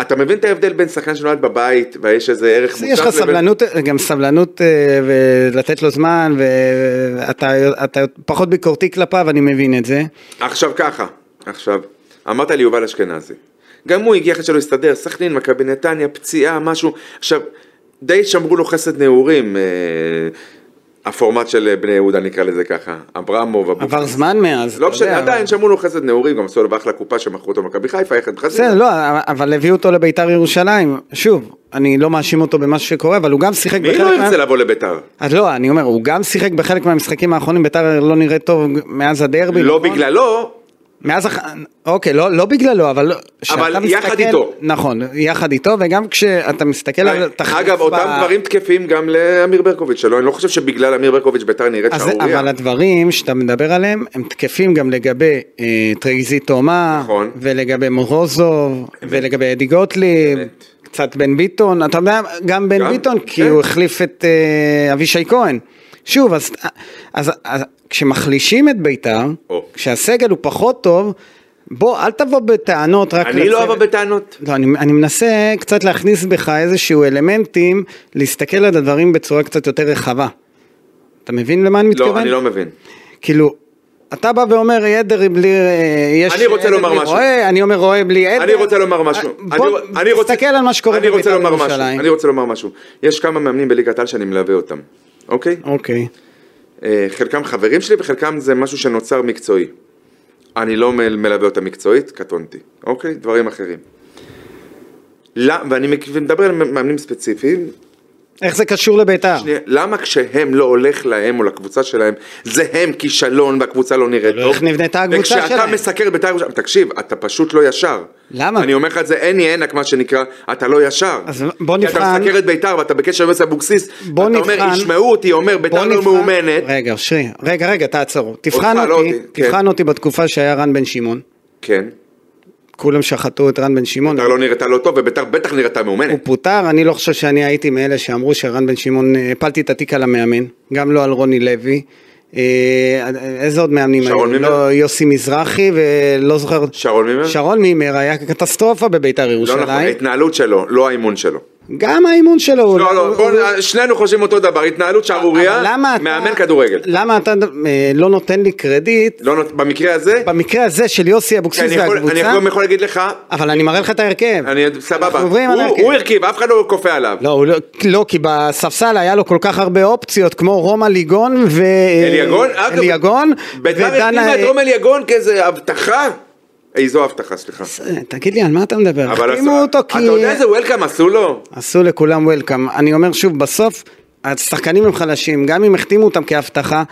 Speaker 3: אתה מבין את ההבדל בין שחקן שנולד בבית, ויש איזה ערך מוצלח
Speaker 2: יש לך סבלנות, גם סבלנות אה, ולתת לו זמן ואתה אתה פחות ביקורתי כלפיו, אני מבין את זה.
Speaker 3: עכשיו ככה, עכשיו, אמרת לי יובל אשכנזי. גם הוא הגיע אחרי שלא הסתדר, סכנין, מכבי נתניה, פציעה, משהו. עכשיו, די שמרו לו חסד נעורים, אה, הפורמט של בני יהודה נקרא לזה ככה, אברמוב, אבו
Speaker 2: עבר זמן מאז.
Speaker 3: לא
Speaker 2: אתה יודע,
Speaker 3: משנה,
Speaker 2: אבל-
Speaker 3: עדיין שמרו לו חסד נעורים, גם עשו לו אחלה קופה שמכרו אותו למכבי חיפה, יחד חסד.
Speaker 2: בסדר, לא, אבל הביאו אותו לביתר ירושלים. שוב, אני לא מאשים אותו במה שקורה, אבל הוא גם שיחק
Speaker 3: מי
Speaker 2: בחלק...
Speaker 3: לא
Speaker 2: מה-
Speaker 3: ירצה לבוא לביתר?
Speaker 2: אז אה? לא, אני אומר, הוא גם שיחק בחלק מהמשחקים האחרונים, ביתר לא נראה טוב מאז הדרבי.
Speaker 3: לא
Speaker 2: נכון?
Speaker 3: בגללו,
Speaker 2: מאז, הח- אוקיי, לא, לא בגללו, אבל... לא- כשאתה
Speaker 3: יחד
Speaker 2: מסתכל-
Speaker 3: איתו.
Speaker 2: נכון, יחד איתו, וגם כשאתה מסתכל על כן, תחליף
Speaker 3: אגב, אותם דברים תקפים גם לאמיר ברקוביץ' שלו, אני לא חושב שבגלל אמיר ברקוביץ' ביתר נראית
Speaker 2: אז,
Speaker 3: שערורייה.
Speaker 2: אבל הדברים שאתה מדבר עליהם, הם תקפים גם לגבי אה, טרייזי תומה,
Speaker 3: נכון.
Speaker 2: ולגבי מורוזוב, ולגבי אדי גוטליב,
Speaker 3: אמת.
Speaker 2: קצת בן ביטון, אתה יודע, גם בן
Speaker 3: גם,
Speaker 2: ביטון, כי
Speaker 3: כן.
Speaker 2: הוא החליף את אה, אבישי כהן. שוב, אז, אז, אז כשמחלישים את בית"ר,
Speaker 3: או.
Speaker 2: כשהסגל הוא פחות טוב, בוא, אל תבוא בטענות רק
Speaker 3: אני לא
Speaker 2: לצוות.
Speaker 3: אבא בטענות.
Speaker 2: לא, אני, אני מנסה קצת להכניס בך איזשהו אלמנטים, להסתכל על הדברים בצורה קצת יותר רחבה. אתה מבין למה אני מתכוון?
Speaker 3: לא, אני לא מבין.
Speaker 2: כאילו, אתה בא ואומר עדר בלי... אה, יש
Speaker 3: אני רוצה
Speaker 2: עדר
Speaker 3: לומר
Speaker 2: בלי
Speaker 3: משהו.
Speaker 2: רועה, אני אומר רועה בלי עדר.
Speaker 3: אני רוצה לומר משהו.
Speaker 2: אה, בוא,
Speaker 3: אני- אני רוצה-
Speaker 2: תסתכל על מה שקורה
Speaker 3: אני רוצה
Speaker 2: בבית"ר
Speaker 3: לומר משהו,
Speaker 2: ירושלים.
Speaker 3: אני רוצה לומר משהו. יש כמה מאמנים בליגת העל שאני מלווה אותם, אוקיי?
Speaker 2: אוקיי.
Speaker 3: אה, חלקם חברים שלי וחלקם זה משהו שנוצר מקצועי. אני לא מל- מלווה אותם מקצועית, קטונתי, אוקיי? דברים אחרים. לא- ואני מק- מדבר על מאמנים ספציפיים,
Speaker 2: איך זה קשור לביתר?
Speaker 3: שנייה, למה כשהם לא הולך להם או לקבוצה שלהם, זה הם כישלון והקבוצה לא נראית טוב?
Speaker 2: איך נבנתה הקבוצה
Speaker 3: וכשאתה
Speaker 2: שלהם?
Speaker 3: מסקר בית"ר ירושלים, תקשיב, אתה פשוט לא ישר.
Speaker 2: למה?
Speaker 3: אני אומר לך את זה עיני עינק, מה שנקרא, אתה לא ישר.
Speaker 2: אז בוא
Speaker 3: כי אתה
Speaker 2: נבחן-
Speaker 3: מסקר את בית"ר ואתה בקשר עם יוסי אבוקסיס,
Speaker 2: בוא
Speaker 3: אתה
Speaker 2: נבחן-
Speaker 3: אומר, ישמעו אותי, אומר, בית"ר
Speaker 2: בוא
Speaker 3: לא
Speaker 2: נבחן-
Speaker 3: מאומנת.
Speaker 2: רגע, שרי, רגע, רגע, תעצור. תבחן
Speaker 3: לא
Speaker 2: אותי,
Speaker 3: אותי, כן.
Speaker 2: תבחן אותי בתקופה שהיה רן בן שמעון.
Speaker 3: כן,
Speaker 2: כולם שחטו את רן בן שמעון.
Speaker 3: בית"ר לא נראתה לא טוב, ובית"ר בטח נראתה
Speaker 2: הוא
Speaker 3: מאומנת.
Speaker 2: פוטר, אני לא חושב שאני הייתי מאלה שאמרו שרן בן שמעון, אה, הפלתי את התיק על המאמן, גם לא על רוני לוי. אה, איזה עוד מאמנים
Speaker 3: שרון מימר?
Speaker 2: לא, יוסי מזרחי ולא זוכר.
Speaker 3: שרון מימר?
Speaker 2: שרון מימר היה קטסטרופה בביתר
Speaker 3: לא
Speaker 2: ירושלים.
Speaker 3: נכון, ההתנהלות שלו, לא האימון שלו.
Speaker 2: גם האימון שלו. הוא-
Speaker 3: לא, לא,
Speaker 2: הוא-
Speaker 3: בוא,
Speaker 2: הוא-
Speaker 3: שנינו חושבים אותו דבר, התנהלות שערורייה,
Speaker 2: אבל למה אתה-
Speaker 3: מאמן כדורגל.
Speaker 2: למה אתה אה, לא נותן לי קרדיט
Speaker 3: לא נות- במקרה הזה,
Speaker 2: במקרה הזה של יוסי
Speaker 3: כי
Speaker 2: אבוקסיס
Speaker 3: כן, אני יכול- אני
Speaker 2: והקבוצה?
Speaker 3: יכול יכול להגיד לך,
Speaker 2: אבל אני מראה לך את ההרכב.
Speaker 3: אני סבבה,
Speaker 2: אנחנו עוברים על
Speaker 3: הוא-
Speaker 2: ההרכב.
Speaker 3: הוא הרכיב, אף אחד לא כופה עליו.
Speaker 2: לא, הוא לא, לא, כי בספסל היה לו כל כך הרבה אופציות, כמו רומא ליגון ו...
Speaker 3: אליגון, אגב,
Speaker 2: אה, אליגון,
Speaker 3: בית"ר הקימה את רום אליגון כאיזה הבטחה, איזו הבטחה, סליחה.
Speaker 2: אה, תגיד לי, על מה אתה מדבר?
Speaker 3: אבל
Speaker 2: החתימו
Speaker 3: אז-
Speaker 2: אותו כי... לא
Speaker 3: אתה יודע איזה וולקאם עשו לו?
Speaker 2: עשו לכולם וולקאם. אני אומר שוב, בסוף, השחקנים הם חלשים, גם אם החתימו אותם כהבטחה,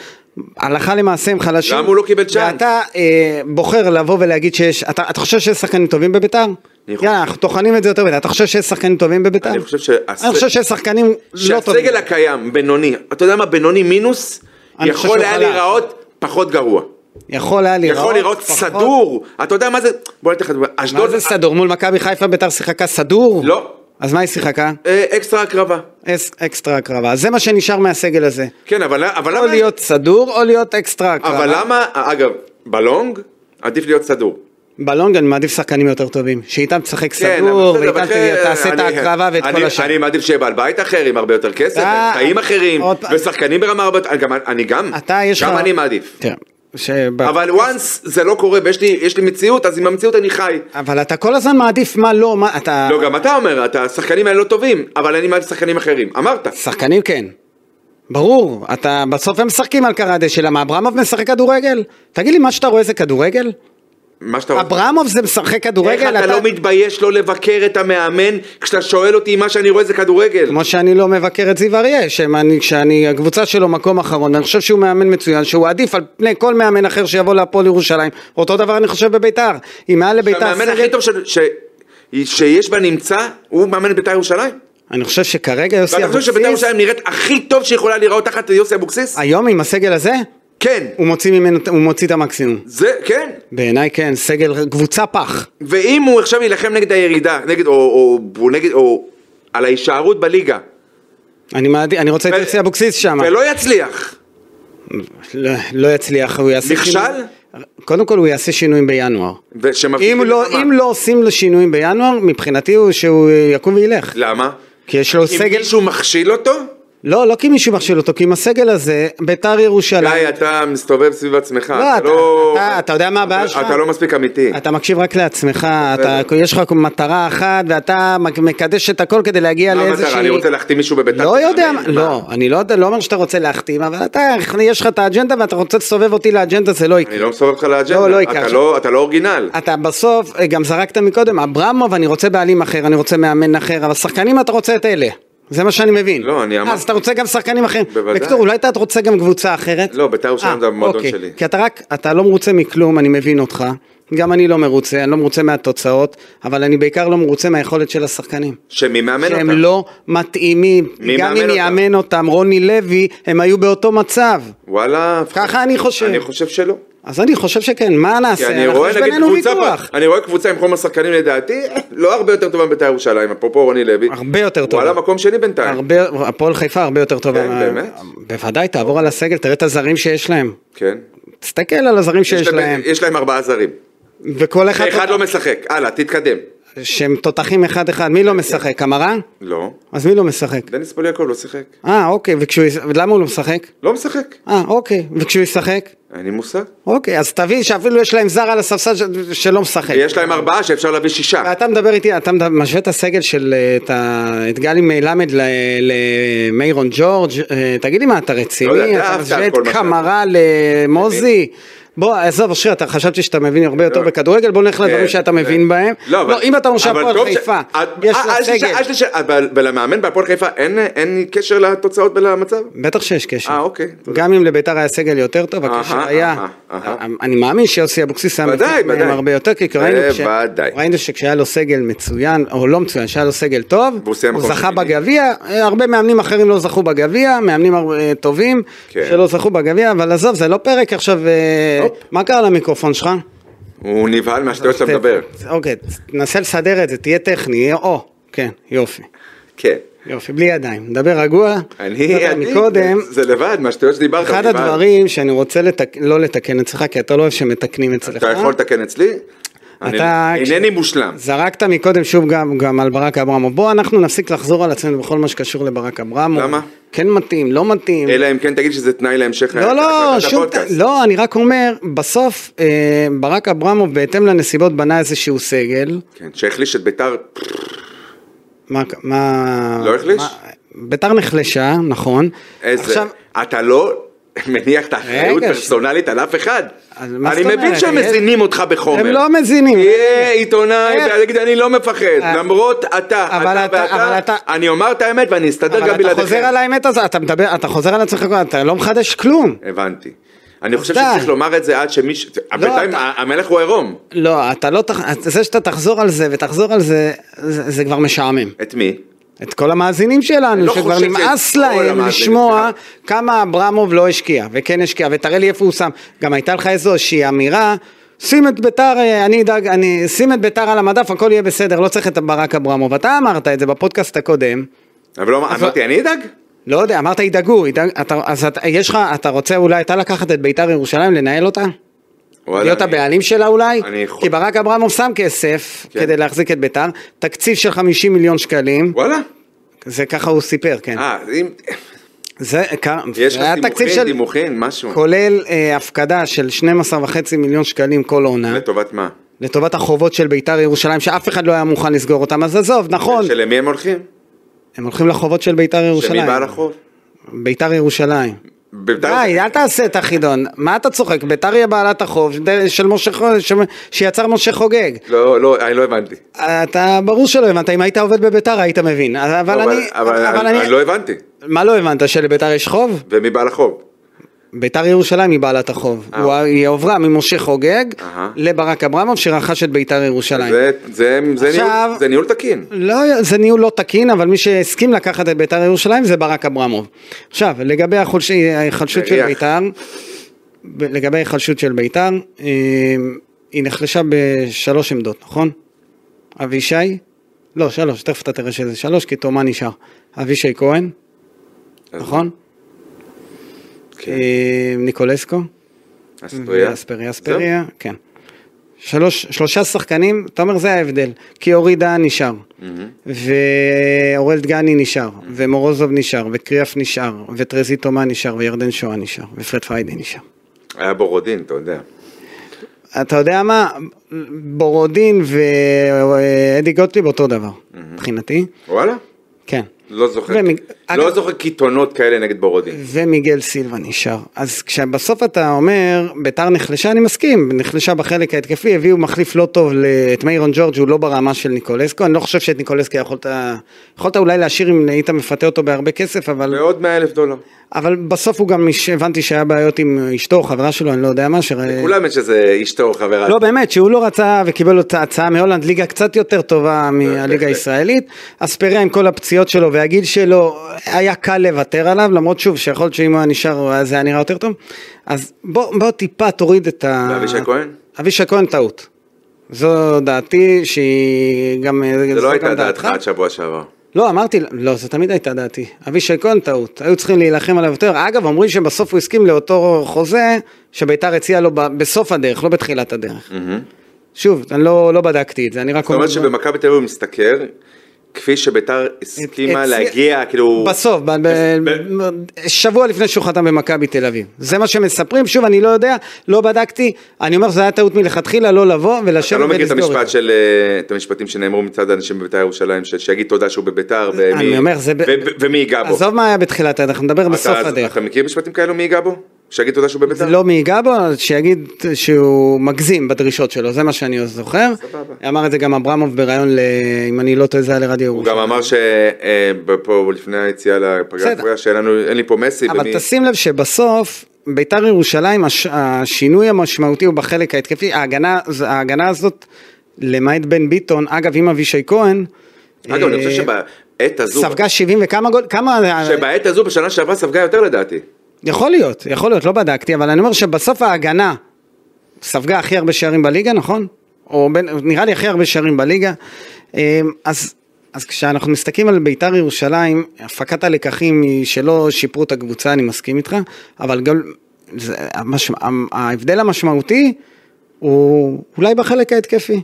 Speaker 2: הלכה למעשה הם חלשים.
Speaker 3: למה הוא לא קיבל צ'אנס?
Speaker 2: ואתה אה, בוחר לבוא ולהגיד שיש... אתה, אתה חושב שיש שחקנים טובים בביתר?
Speaker 3: חושב-
Speaker 2: יאללה, אנחנו טוחנים את זה יותר מדי. אתה חושב שיש שחקנים טובים בביתר?
Speaker 3: אני חושב שהס-
Speaker 2: אני חושב שיש שחקנים לא טובים.
Speaker 3: שהסגל הקיים, בינוני, אתה יודע מה, בינוני מינוס,
Speaker 2: אני חושב
Speaker 3: יכול
Speaker 2: שהוא
Speaker 3: היה
Speaker 2: חלש.
Speaker 3: להיראות פחות גרוע.
Speaker 2: יכול היה להיראות...
Speaker 3: יכול להיראות
Speaker 2: פחות-
Speaker 3: סדור, אתה יודע מה זה, בוא נתן לך דוגמא,
Speaker 2: מה
Speaker 3: אשדוד,
Speaker 2: זה סדור? מול מכבי חיפה ביתר שיחקה סדור?
Speaker 3: לא.
Speaker 2: אז מה היא שיחקה?
Speaker 3: אה, אקסטרה הקרבה.
Speaker 2: אס- אקסטרה הקרבה. זה מה שנשאר מהסגל הזה.
Speaker 3: כן, אבל אבל
Speaker 2: או
Speaker 3: למה...
Speaker 2: להיות סדור או להיות אקסטרה הקרבה.
Speaker 3: אבל למה, אגב, בלונג עדיף להיות סדור.
Speaker 2: בלונג אני מעדיף שחקנים יותר טובים, שאיתם תשחק
Speaker 3: כן,
Speaker 2: סגור,
Speaker 3: אבל בסדר,
Speaker 2: ואיתם
Speaker 3: אחרי-
Speaker 2: תעשה את
Speaker 3: אני-
Speaker 2: ההקרבה ואת
Speaker 3: אני-
Speaker 2: כל השאר.
Speaker 3: אני מעדיף שיהיה בעל בית אחר עם הרבה יותר כסף,
Speaker 2: אתה-
Speaker 3: תאים אחרים,
Speaker 2: עוד פעם-
Speaker 3: ושחקנים ברמה הרבה יותר, גם- אני גם,
Speaker 2: אתה יש לך...
Speaker 3: גם אני מעדיף.
Speaker 2: תראה, שב-
Speaker 3: אבל once זה לא קורה ויש לי, יש לי מציאות, אז עם המציאות אני חי.
Speaker 2: אבל אתה כל הזמן מעדיף מה לא, מה אתה...
Speaker 3: לא, גם אתה אומר, אתה, השחקנים האלה לא טובים, אבל אני מעדיף שחקנים אחרים. אמרת.
Speaker 2: שחקנים כן. ברור, אתה בסוף הם משחקים על קרדשי, למה אברמוב משחק כדורגל? תגיד לי, מה שאתה רואה זה כדורגל?
Speaker 3: מה שאתה אומר.
Speaker 2: אברמוב זה משחק
Speaker 3: איך
Speaker 2: כדורגל?
Speaker 3: אתה לא מתבייש לא לבקר את המאמן כשאתה שואל אותי אם מה שאני רואה זה כדורגל?
Speaker 2: כמו שאני לא מבקר את זיו אריה, שאני, שאני, הקבוצה שלו מקום אחרון, ואני חושב שהוא מאמן מצוין, שהוא עדיף על פני כל מאמן אחר שיבוא להפועל ירושלים. אותו דבר אני חושב בביתר. אם היה לביתר
Speaker 3: שהמאמן הכי
Speaker 2: סגל...
Speaker 3: טוב ש... ש... שיש בה נמצא, הוא מאמן את בית"ר ירושלים.
Speaker 2: אני חושב שכרגע יוסי
Speaker 3: ואתה חושב שבית"ר
Speaker 2: אבוקסיס,
Speaker 3: ירושלים נראית הכי טוב שיכולה להיראות תחת יוסי אבוקסיס?
Speaker 2: היום עם הסגל הזה,
Speaker 3: כן.
Speaker 2: הוא מוציא ממנו, הוא מוציא את המקסימום.
Speaker 3: זה, כן.
Speaker 2: בעיניי כן, סגל, קבוצה פח.
Speaker 3: ואם הוא עכשיו יילחם נגד הירידה, נגד, או, או, או, נגד, או על ההישארות בליגה,
Speaker 2: אני, מעדי, אני רוצה את
Speaker 3: ו-
Speaker 2: יוסי אבוקסיס שם.
Speaker 3: ולא יצליח,
Speaker 2: לא, לא יצליח, הוא יעשה
Speaker 3: נכשל?
Speaker 2: שינויים. קודם כל הוא יעשה שינויים בינואר.
Speaker 3: ושמבטיחים
Speaker 2: אם לא, אם לא עושים לו שינויים בינואר, מבחינתי הוא שהוא אה, יקום וילך.
Speaker 3: למה?
Speaker 2: כי יש לו
Speaker 3: לא. אם
Speaker 2: סגל...
Speaker 3: מישהו מכשיל אותו?
Speaker 2: לא, לא כי מישהו מכשיל אותו, כי עם הסגל הזה, ביתר ירושלים...
Speaker 3: גיא, אתה מסתובב סביב עצמך,
Speaker 2: לא, אתה-
Speaker 3: אתה לא...
Speaker 2: אתה- אתה יודע מה הבעיה
Speaker 3: אתה-
Speaker 2: שלך?
Speaker 3: אתה לא מספיק אמיתי.
Speaker 2: אתה מקשיב רק לעצמך, אתה,
Speaker 3: בסדר.
Speaker 2: יש לך מטרה אחת ואתה מק- מקדש את הכל כדי להגיע
Speaker 3: מה
Speaker 2: לאיזושהי...
Speaker 3: המטרה? לא, אני רוצה להחתים מישהו בבית"ר.
Speaker 2: לא יודע,
Speaker 3: מה?
Speaker 2: לא, אני לא, יודע- לא אומר שאתה רוצה להחתים, אבל אתה, יש לך את האג'נדה ואתה רוצה לסובב אותי לאג'נדה, זה לא יקרה.
Speaker 3: אני לא מסובב לך לאג'נדה.
Speaker 2: לא, לא
Speaker 3: אתה
Speaker 2: יקרה.
Speaker 3: אתה לא אורגינל.
Speaker 2: אתה בסוף, אה, גם זרקת מקודם, אברמוב, אני רוצה בעלים אחר, אני רוצה מאמן אחר, אבל שחקנים אתה רוצה את אלה. זה מה שאני מבין.
Speaker 3: לא, אני אמרתי.
Speaker 2: אז אתה רוצה גם שחקנים אחרים.
Speaker 3: בוודאי.
Speaker 2: בקיצור, אולי אתה רוצה גם קבוצה אחרת?
Speaker 3: לא, בית"ר ירושלים
Speaker 2: אה,
Speaker 3: זה המועדון
Speaker 2: אוקיי.
Speaker 3: שלי.
Speaker 2: כי אתה רק, אתה לא מרוצה מכלום, אני מבין אותך. גם אני לא מרוצה, אני לא מרוצה מהתוצאות, אבל אני בעיקר לא מרוצה מהיכולת של השחקנים.
Speaker 3: שמי מאמן אותם.
Speaker 2: שהם לא מתאימים.
Speaker 3: מי
Speaker 2: גם
Speaker 3: מאמן
Speaker 2: אם
Speaker 3: אותם?
Speaker 2: יאמן אותם רוני לוי, הם היו באותו מצב.
Speaker 3: וואלה.
Speaker 2: ככה אני חושב.
Speaker 3: אני חושב שלא.
Speaker 2: אז אני חושב שכן, מה
Speaker 3: כי
Speaker 2: נעשה?
Speaker 3: אני
Speaker 2: אנחנו-
Speaker 3: רואה
Speaker 2: יש
Speaker 3: נגיד
Speaker 2: בינינו
Speaker 3: קבוצה,
Speaker 2: ויכוח.
Speaker 3: אני רואה קבוצה עם חומר שחקנים לדעתי, לא הרבה יותר טובה מבית"ר ירושלים, אפרופו רוני לוי.
Speaker 2: הרבה יותר טובה.
Speaker 3: וואלה, מקום שני בינתיים.
Speaker 2: הרבה, הפועל חיפה הרבה יותר טובה.
Speaker 3: כן,
Speaker 2: מה-
Speaker 3: באמת?
Speaker 2: בוודאי, תעבור על הסגל, תראה את הזרים שיש להם.
Speaker 3: כן.
Speaker 2: תסתכל על הזרים שיש
Speaker 3: יש להם-
Speaker 2: להם,
Speaker 3: יש להם ארבעה זרים.
Speaker 2: וכל אחד,
Speaker 3: אחד לא משחק. הלאה, תתקדם.
Speaker 2: שהם תותחים אחד אחד, מי
Speaker 3: כן.
Speaker 2: לא משחק? קמרה?
Speaker 3: לא.
Speaker 2: אז מי לא משחק?
Speaker 3: דניס פוליאקוב לא שיחק.
Speaker 2: אה, אוקיי, וכשהוא יש- ולמה הוא לא משחק?
Speaker 3: לא משחק.
Speaker 2: אה, אוקיי, וכשהוא ישחק?
Speaker 3: אין לי מושג.
Speaker 2: אוקיי, אז תבין שאפילו יש להם זר על הספסל ש- שלא משחק.
Speaker 3: יש להם ארבעה שאפשר להביא שישה.
Speaker 2: ואתה מדבר איתי, אתה מדבר- משווה את הסגל של אה, את ה- את גלי מלמד ל- למיירון ג'ורג', אה, תגיד לי מה, אתה
Speaker 3: לא יודע,
Speaker 2: רציני?
Speaker 3: אתה
Speaker 2: אתה
Speaker 3: אהבת
Speaker 2: משווה
Speaker 3: על
Speaker 2: את
Speaker 3: כל מה שאתה-
Speaker 2: קמרה למוזי? בוא, עזוב, אושרי, אתה חשבתי שאתה מבין הרבה יותר
Speaker 3: לא.
Speaker 2: בכדורגל, בוא נלך לדברים
Speaker 3: כן,
Speaker 2: שאתה
Speaker 3: כן.
Speaker 2: מבין בהם. לא, אם אתה אומר
Speaker 3: אבל
Speaker 2: שהפועל
Speaker 3: טוב
Speaker 2: חיפה,
Speaker 3: ש- את-
Speaker 2: יש
Speaker 3: אה,
Speaker 2: לה
Speaker 3: אז יש-
Speaker 2: סגל,
Speaker 3: אז יש- אבל- ולמאמן בהפועל חיפה אין- אין קשר לתוצאות ולמצב?
Speaker 2: בטח שיש קשר.
Speaker 3: אה, אוקיי, תודה.
Speaker 2: גם אם לביתר היה סגל יותר טוב, הקשר
Speaker 3: אהה,
Speaker 2: היה, אה,
Speaker 3: אהה, אהה.
Speaker 2: אני מאמין שיוסי אבוקסיס היה
Speaker 3: ודאי,
Speaker 2: מחזיק מהם
Speaker 3: ודאי. אה,
Speaker 2: הרבה יותר, כי ראינו כש-
Speaker 3: ודאי.
Speaker 2: ראינו שכשהיה לו סגל מצוין, או לא מצוין, שהיה לו סגל טוב,
Speaker 3: והוא סיים
Speaker 2: הוא
Speaker 3: מקום
Speaker 2: זכה
Speaker 3: שמיני.
Speaker 2: בגביע, אה, הרבה מאמנים אחרים לא זכו בגביע, מאמנים הר- אה, טובים
Speaker 3: כן.
Speaker 2: שלא זכו בגביע, אבל עזוב, זה לא פרק עכשיו, אה,
Speaker 3: הופ.
Speaker 2: מה קרה למיקרופון שלך?
Speaker 3: הוא נבהל מהשטויות שאתה
Speaker 2: ת-
Speaker 3: מדבר.
Speaker 2: אוקיי, תנסה לסדר את זה, תהיה טכני, או, כן, יופי.
Speaker 3: כן.
Speaker 2: יופי, בלי ידיים, מדבר רגוע,
Speaker 3: אני,
Speaker 2: מדבר
Speaker 3: אני,
Speaker 2: מקודם,
Speaker 3: זה לבד, מהשטויות שדיברת.
Speaker 2: אחד
Speaker 3: נבהל.
Speaker 2: הדברים שאני רוצה לתק... לא לתקן אצלך, כי אתה לא אוהב שמתקנים אצלך.
Speaker 3: אתה יכול לתקן אצלי? אני-
Speaker 2: אתה-
Speaker 3: אינני מושלם.
Speaker 2: זרקת מקודם שוב גם, גם על ברק אברמוב. בוא, אנחנו נפסיק לחזור על עצמנו בכל מה שקשור לברק אברמוב.
Speaker 3: למה?
Speaker 2: כן מתאים, לא מתאים.
Speaker 3: אלא אם כן תגיד שזה תנאי להמשך.
Speaker 2: לא, לא,
Speaker 3: הקלטת
Speaker 2: שום...
Speaker 3: הפודקאסט.
Speaker 2: לא, אני רק אומר, בסוף אה, ברק אברמוב, בהתאם לנסיבות, בנה איזשהו סגל.
Speaker 3: כן, שהחליש את ביתר,
Speaker 2: מה... מה
Speaker 3: לא החליש?
Speaker 2: מה- ביתר נחלשה, נכון.
Speaker 3: איזה...
Speaker 2: עכשיו,
Speaker 3: אתה לא מניח את האחריות
Speaker 2: רגע,
Speaker 3: פרסונלית על אף אחד.
Speaker 2: אז מה
Speaker 3: אני
Speaker 2: זאת
Speaker 3: מבין
Speaker 2: אומרת?
Speaker 3: שהם
Speaker 2: יש-
Speaker 3: מזינים אותך בחומר.
Speaker 2: הם לא מזינים.
Speaker 3: תהיה עיתונאי,
Speaker 2: איך?
Speaker 3: תגיד אני לא מפחד,
Speaker 2: אה,
Speaker 3: למרות אתה,
Speaker 2: אבל
Speaker 3: אתה
Speaker 2: אתה- אבל
Speaker 3: ואתה,
Speaker 2: אתה-
Speaker 3: אני אומר את האמת ואני אסתדר גם
Speaker 2: אבל אתה חוזר
Speaker 3: בלעדיכם.
Speaker 2: על האמת הזאת, אתה מדבר, אתה חוזר על עצמך, כל הזמן, אתה לא מחדש כלום.
Speaker 3: הבנתי. אני חושב
Speaker 2: די.
Speaker 3: שצריך לומר את זה עד שמישהו, בינתיים
Speaker 2: לא, אתה-
Speaker 3: המלך הוא עירום.
Speaker 2: לא, אתה לא, תח... זה שאתה תחזור על זה ותחזור על זה, זה, זה כבר משעמם.
Speaker 3: את מי?
Speaker 2: את כל המאזינים שלנו,
Speaker 3: אני לא
Speaker 2: שכבר
Speaker 3: חושב שזה
Speaker 2: נמאס
Speaker 3: את כל
Speaker 2: להם
Speaker 3: המאזינים
Speaker 2: לשמוע
Speaker 3: שלנו.
Speaker 2: כמה אברמוב לא השקיע, וכן השקיע, ותראה לי איפה הוא שם. גם הייתה לך איזושהי אמירה, שים את ביתר, אה, אני אדאג, אני, שים את ביתר על המדף, הכל יהיה בסדר, לא צריך את ברק אברמוב. אתה אמרת את זה בפודקאסט הקודם.
Speaker 3: אבל לא אמרתי אני אדאג?
Speaker 2: לא יודע, אמרת ידאגו, ידאג, אתה, אז אתה, יש לך, אתה רוצה אולי אתה לקחת את ביתר ירושלים, לנהל אותה?
Speaker 3: וואלה,
Speaker 2: להיות
Speaker 3: אני-
Speaker 2: הבעלים שלה אולי?
Speaker 3: אני יכול.
Speaker 2: כי ברק אברמוב שם כסף
Speaker 3: כן.
Speaker 2: כדי להחזיק את ביתר, תקציב של 50 מיליון שקלים,
Speaker 3: וואלה.
Speaker 2: זה ככה הוא סיפר, כן.
Speaker 3: אה, אם-
Speaker 2: זה כ-
Speaker 3: יש לך
Speaker 2: היה תקציב
Speaker 3: סימוכין,
Speaker 2: של-
Speaker 3: דימוכין, משהו.
Speaker 2: כולל אה, הפקדה של 12.5 מיליון שקלים כל עונה,
Speaker 3: לטובת מה?
Speaker 2: לטובת החובות של ביתר ירושלים, שאף אחד לא היה מוכן לסגור אותם, אז עזוב, נכון,
Speaker 3: שלמי הם הולכים?
Speaker 2: הם הולכים לחובות של ביתר
Speaker 3: שמי
Speaker 2: ירושלים.
Speaker 3: בעל החוב?
Speaker 2: ביתר ירושלים.
Speaker 3: ביתר-
Speaker 2: די, אל תעשה את החידון. מה אתה צוחק? ביתר היא בעלת החוב ד- של משה חוגג, שיצר משה חוגג.
Speaker 3: לא, לא, אני לא הבנתי.
Speaker 2: אתה, ברור שלא הבנת, אם היית עובד בביתר היית מבין. אבל
Speaker 3: לא,
Speaker 2: אני... אבל
Speaker 3: אני
Speaker 2: אני...
Speaker 3: לא הבנתי.
Speaker 2: מה לא הבנת? שלביתר יש חוב?
Speaker 3: ומי בעל החוב?
Speaker 2: ביתר ירושלים היא בעלת החוב.
Speaker 3: אה.
Speaker 2: הוא- היא עברה ממשה חוגג
Speaker 3: אהה.
Speaker 2: לברק אברמוב שרכש את ביתר ירושלים.
Speaker 3: זה- זה- זה ניהול-
Speaker 2: עכשיו-
Speaker 3: זה ניהול תקין.
Speaker 2: לא, זה ניהול לא תקין, אבל מי שהסכים לקחת את ביתר ירושלים זה ברק אברמוב. עכשיו, לגבי החולש- ההיחלשות של
Speaker 3: מריח.
Speaker 2: ביתר, ב- לגבי ההיחלשות של ביתר, אה, היא נחלשה בשלוש עמדות, נכון? אבישי? לא, שלוש, תכף אתה תראה שזה שלוש, כי תומה נשאר. אבישי כהן,
Speaker 3: אז-
Speaker 2: נכון?
Speaker 3: כן.
Speaker 2: אה, ניקולסקו?
Speaker 3: אספריה.
Speaker 2: אספריה, אספריה, כן. שלוש, שלושה שחקנים, אתה אומר זה ההבדל, כי אורי דהן נשאר, ואורל דגני נשאר, ומורוזוב נשאר, וקריאף נשאר, וטרזי תומה נשאר, וירדן שואה נשאר, ופרד פיידי נשאר.
Speaker 3: זהו. היה בורודין, אתה יודע.
Speaker 2: אתה יודע מה, בורודין ואדי גוטליב אותו דבר, מבחינתי,
Speaker 3: וואלה?
Speaker 2: כן.
Speaker 3: לא זוכר.
Speaker 2: ומג-
Speaker 3: לא
Speaker 2: אגב-
Speaker 3: זוכר קיתונות כאלה נגד בורודין.
Speaker 2: ומיגל סילבה נשאר. אז כשבסוף אתה אומר, ביתר נחלשה, אני מסכים, נחלשה בחלק ההתקפי, הביאו מחליף לא טוב ל- את מיירון ג'ורג', הוא לא ברמה של ניקולסקו, אני לא חושב שאת ניקולסקו יכולת, יכולת אולי להשאיר אם היית מפתה אותו בהרבה כסף, אבל,
Speaker 3: לעוד 100 אלף דולר.
Speaker 2: אבל בסוף הוא גם, הש- הבנתי שהיה בעיות עם אשתו, או חברה שלו, אני לא יודע מה, ש...
Speaker 3: כולם יש איזה אשתו או חברה.
Speaker 2: לא באמת, שהוא לא רצה וקיבל אותה הצעה מהולנד, ליגה קצת יותר טובה מהליגה
Speaker 3: בהחלט.
Speaker 2: הישראלית. אספריה עם כל הפציעות שלו והגיל שלו, היה קל לוותר עליו, למרות שוב שיכול להיות שאם הוא היה נשאר זה היה נראה יותר טוב. אז בוא, בוא טיפה תוריד את ה...
Speaker 3: ואבישי כהן?
Speaker 2: אבישי כהן טעות. זו דעתי שהיא כן, גם...
Speaker 3: זה לא הייתה דעתך עד שבוע שעבר.
Speaker 2: לא, אמרתי, לא, זו תמיד הייתה דעתי. אבישי כהן טעות, היו צריכים להילחם עליו יותר. אגב, אומרים שבסוף הוא הסכים לאותו חוזה שביתר הציעה לו ב- בסוף הדרך, לא בתחילת הדרך. שוב, אני לא, לא בדקתי את זה, אני רק
Speaker 3: זאת אומרת
Speaker 2: מה-
Speaker 3: שבמכבי תל אביב הוא משתכר, כפי שביתר הסכימה
Speaker 2: את-
Speaker 3: להגיע, כאילו...
Speaker 2: בסוף, ב- ב- שבוע לפני שהוא חתם במכבי תל אביב. זה מה שמספרים, שוב, אני לא יודע, לא בדקתי, אני אומר, זו הייתה טעות מלכתחילה לא לבוא
Speaker 3: אתה
Speaker 2: ולשבת
Speaker 3: לא מכיר את
Speaker 2: ולסגור
Speaker 3: המשפט
Speaker 2: את זה.
Speaker 3: של... אה, את המשפטים שנאמרו מצד האנשים בביתר ירושלים, ש- שיגיד תודה שהוא בביתר, ומי-
Speaker 2: אני אומר, זה... ב-
Speaker 3: אה, ו- ו- ומי ייגע בו.
Speaker 2: עזוב מה היה בתחילת הדרך, נדבר
Speaker 3: אתה-
Speaker 2: בסוף
Speaker 3: אז-
Speaker 2: הדרך.
Speaker 3: אתה מכיר משפטים כאלו מי ייגע בו? שיגיד תודה שהוא
Speaker 2: זה
Speaker 3: בביתר?
Speaker 2: לא מי ייגע בו, אז שיגיד שהוא מגזים בדרישות שלו, זה מה שאני זוכר.
Speaker 3: סבבה.
Speaker 2: אמר את זה גם אברמוב בריאיון, ל- אם אני לא טועה, זה היה לרדיו
Speaker 3: הוא גם אמר שפה לפני היציאה לפגרת
Speaker 2: בסדר.
Speaker 3: פגרה, שאין לנו, אין לי פה מסי, ומי-
Speaker 2: אבל תשים לב שבסוף ביתר ירושלים הש... השינוי המשמעותי הוא בחלק ההתקפי, ההגנה, ההגנה הזאת למעט בן ביטון, אגב עם אבישי כהן,
Speaker 3: אגב, אני
Speaker 2: אה,
Speaker 3: חושב שבעת הזו,
Speaker 2: ספגה 70 וכמה גול, כמה,
Speaker 3: שבעת הזו בשנה שעברה ספגה יותר לדעתי.
Speaker 2: יכול להיות, יכול להיות, לא בדקתי, אבל אני אומר שבסוף ההגנה ספגה הכי הרבה שערים בליגה, נכון? או בין, נראה לי הכי הרבה שערים בליגה. אמ, אז, אז כשאנחנו מסתכלים על ביתר ירושלים, הפקת הלקחים היא שלא שיפרו את הקבוצה, אני מסכים איתך, אבל גם זה, המש, ההבדל המשמעותי הוא אולי בחלק ההתקפי.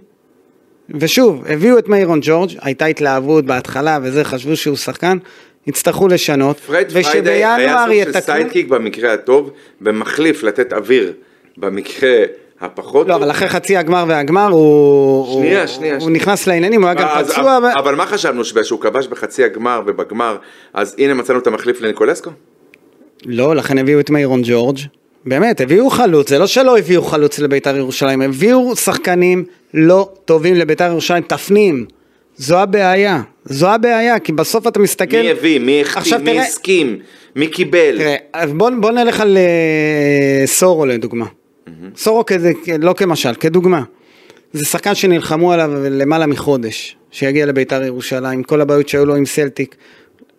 Speaker 2: ושוב, הביאו את מיירון ג'ורג', הייתה התלהבות בהתחלה וזה, חשבו שהוא שחקן, יצטרכו לשנות.
Speaker 3: פרד פריידי היה
Speaker 2: ושבינואר
Speaker 3: סוג של
Speaker 2: יתקנו-
Speaker 3: סיידקיק במקרה הטוב, ומחליף לתת אוויר במקרה הפחות
Speaker 2: לא,
Speaker 3: טוב.
Speaker 2: אבל אחרי חצי הגמר והגמר הוא...
Speaker 3: שנייה,
Speaker 2: הוא-
Speaker 3: שנייה,
Speaker 2: הוא
Speaker 3: שנייה.
Speaker 2: נכנס לעניינים, הוא היה גם
Speaker 3: אז-
Speaker 2: פצוע.
Speaker 3: אבל-
Speaker 2: ו-
Speaker 3: אבל מה חשבנו, שבגלל שהוא כבש בחצי הגמר ובגמר, אז הנה מצאנו את המחליף לניקולסקו?
Speaker 2: לא, לכן הביאו את מיירון ג'ורג'. באמת, הביאו חלוץ, זה לא שלא הביאו חלוץ לביתר ירושלים, הביאו שחקנים לא טובים לביתר ירושלים, תפנים. זו הבעיה, זו הבעיה, כי בסוף אתה מסתכל...
Speaker 3: מי הביא, מי החתים,
Speaker 2: כן. עכשיו
Speaker 3: מי
Speaker 2: תראה-
Speaker 3: הסכים, מי קיבל.
Speaker 2: תראה, אז בוא, בוא נלך על אה, סורו לדוגמה. סורו כזה, לא כמשל, כדוגמה. זה שחקן שנלחמו עליו למעלה מחודש, שיגיע לביתר ירושלים, כל הבעיות שהיו לו עם סלטיק.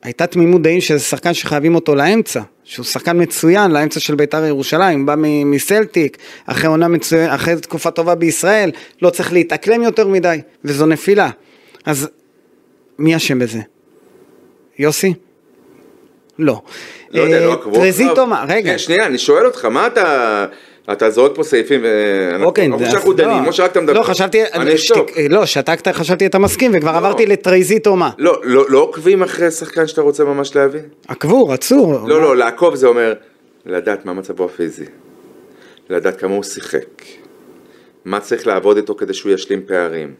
Speaker 2: הייתה תמימות דעים שזה שחקן שחייבים אותו לאמצע, שהוא שחקן מצוין לאמצע של ביתר ירושלים, בא מ- מסלטיק, אחרי עונה מצוין, אחרי תקופה טובה בישראל, לא צריך להתאקלם יותר מדי, וזו נפילה. אז מי אשם בזה? יוסי? לא.
Speaker 3: לא יודע,
Speaker 2: אה,
Speaker 3: לא אה, עקבו
Speaker 2: טרזי
Speaker 3: אחריו.
Speaker 2: תומה, אה, רגע,
Speaker 3: שנייה, שנייה, אני שואל אותך, מה אתה... אתה זורק פה סעיפים, אה,
Speaker 2: אוקיי,
Speaker 3: אנחנו
Speaker 2: אז-
Speaker 3: שאנחנו דנים,
Speaker 2: לא.
Speaker 3: כמו שרק אתה מדבר.
Speaker 2: לא, חשבתי,
Speaker 3: אני אשתוק.
Speaker 2: שתק- לא, שתקת, חשבתי אתה מסכים, וכבר עברתי לטרייזית או מה.
Speaker 3: לא, לא לא עוקבים אחרי שחקן שאתה רוצה ממש להביא?
Speaker 2: עקבו, רצו.
Speaker 3: לא, לא, לעקוב זה אומר לדעת מה מצבו הפיזי, לדעת כמה הוא שיחק, מה צריך לעבוד איתו כדי שהוא ישלים פערים.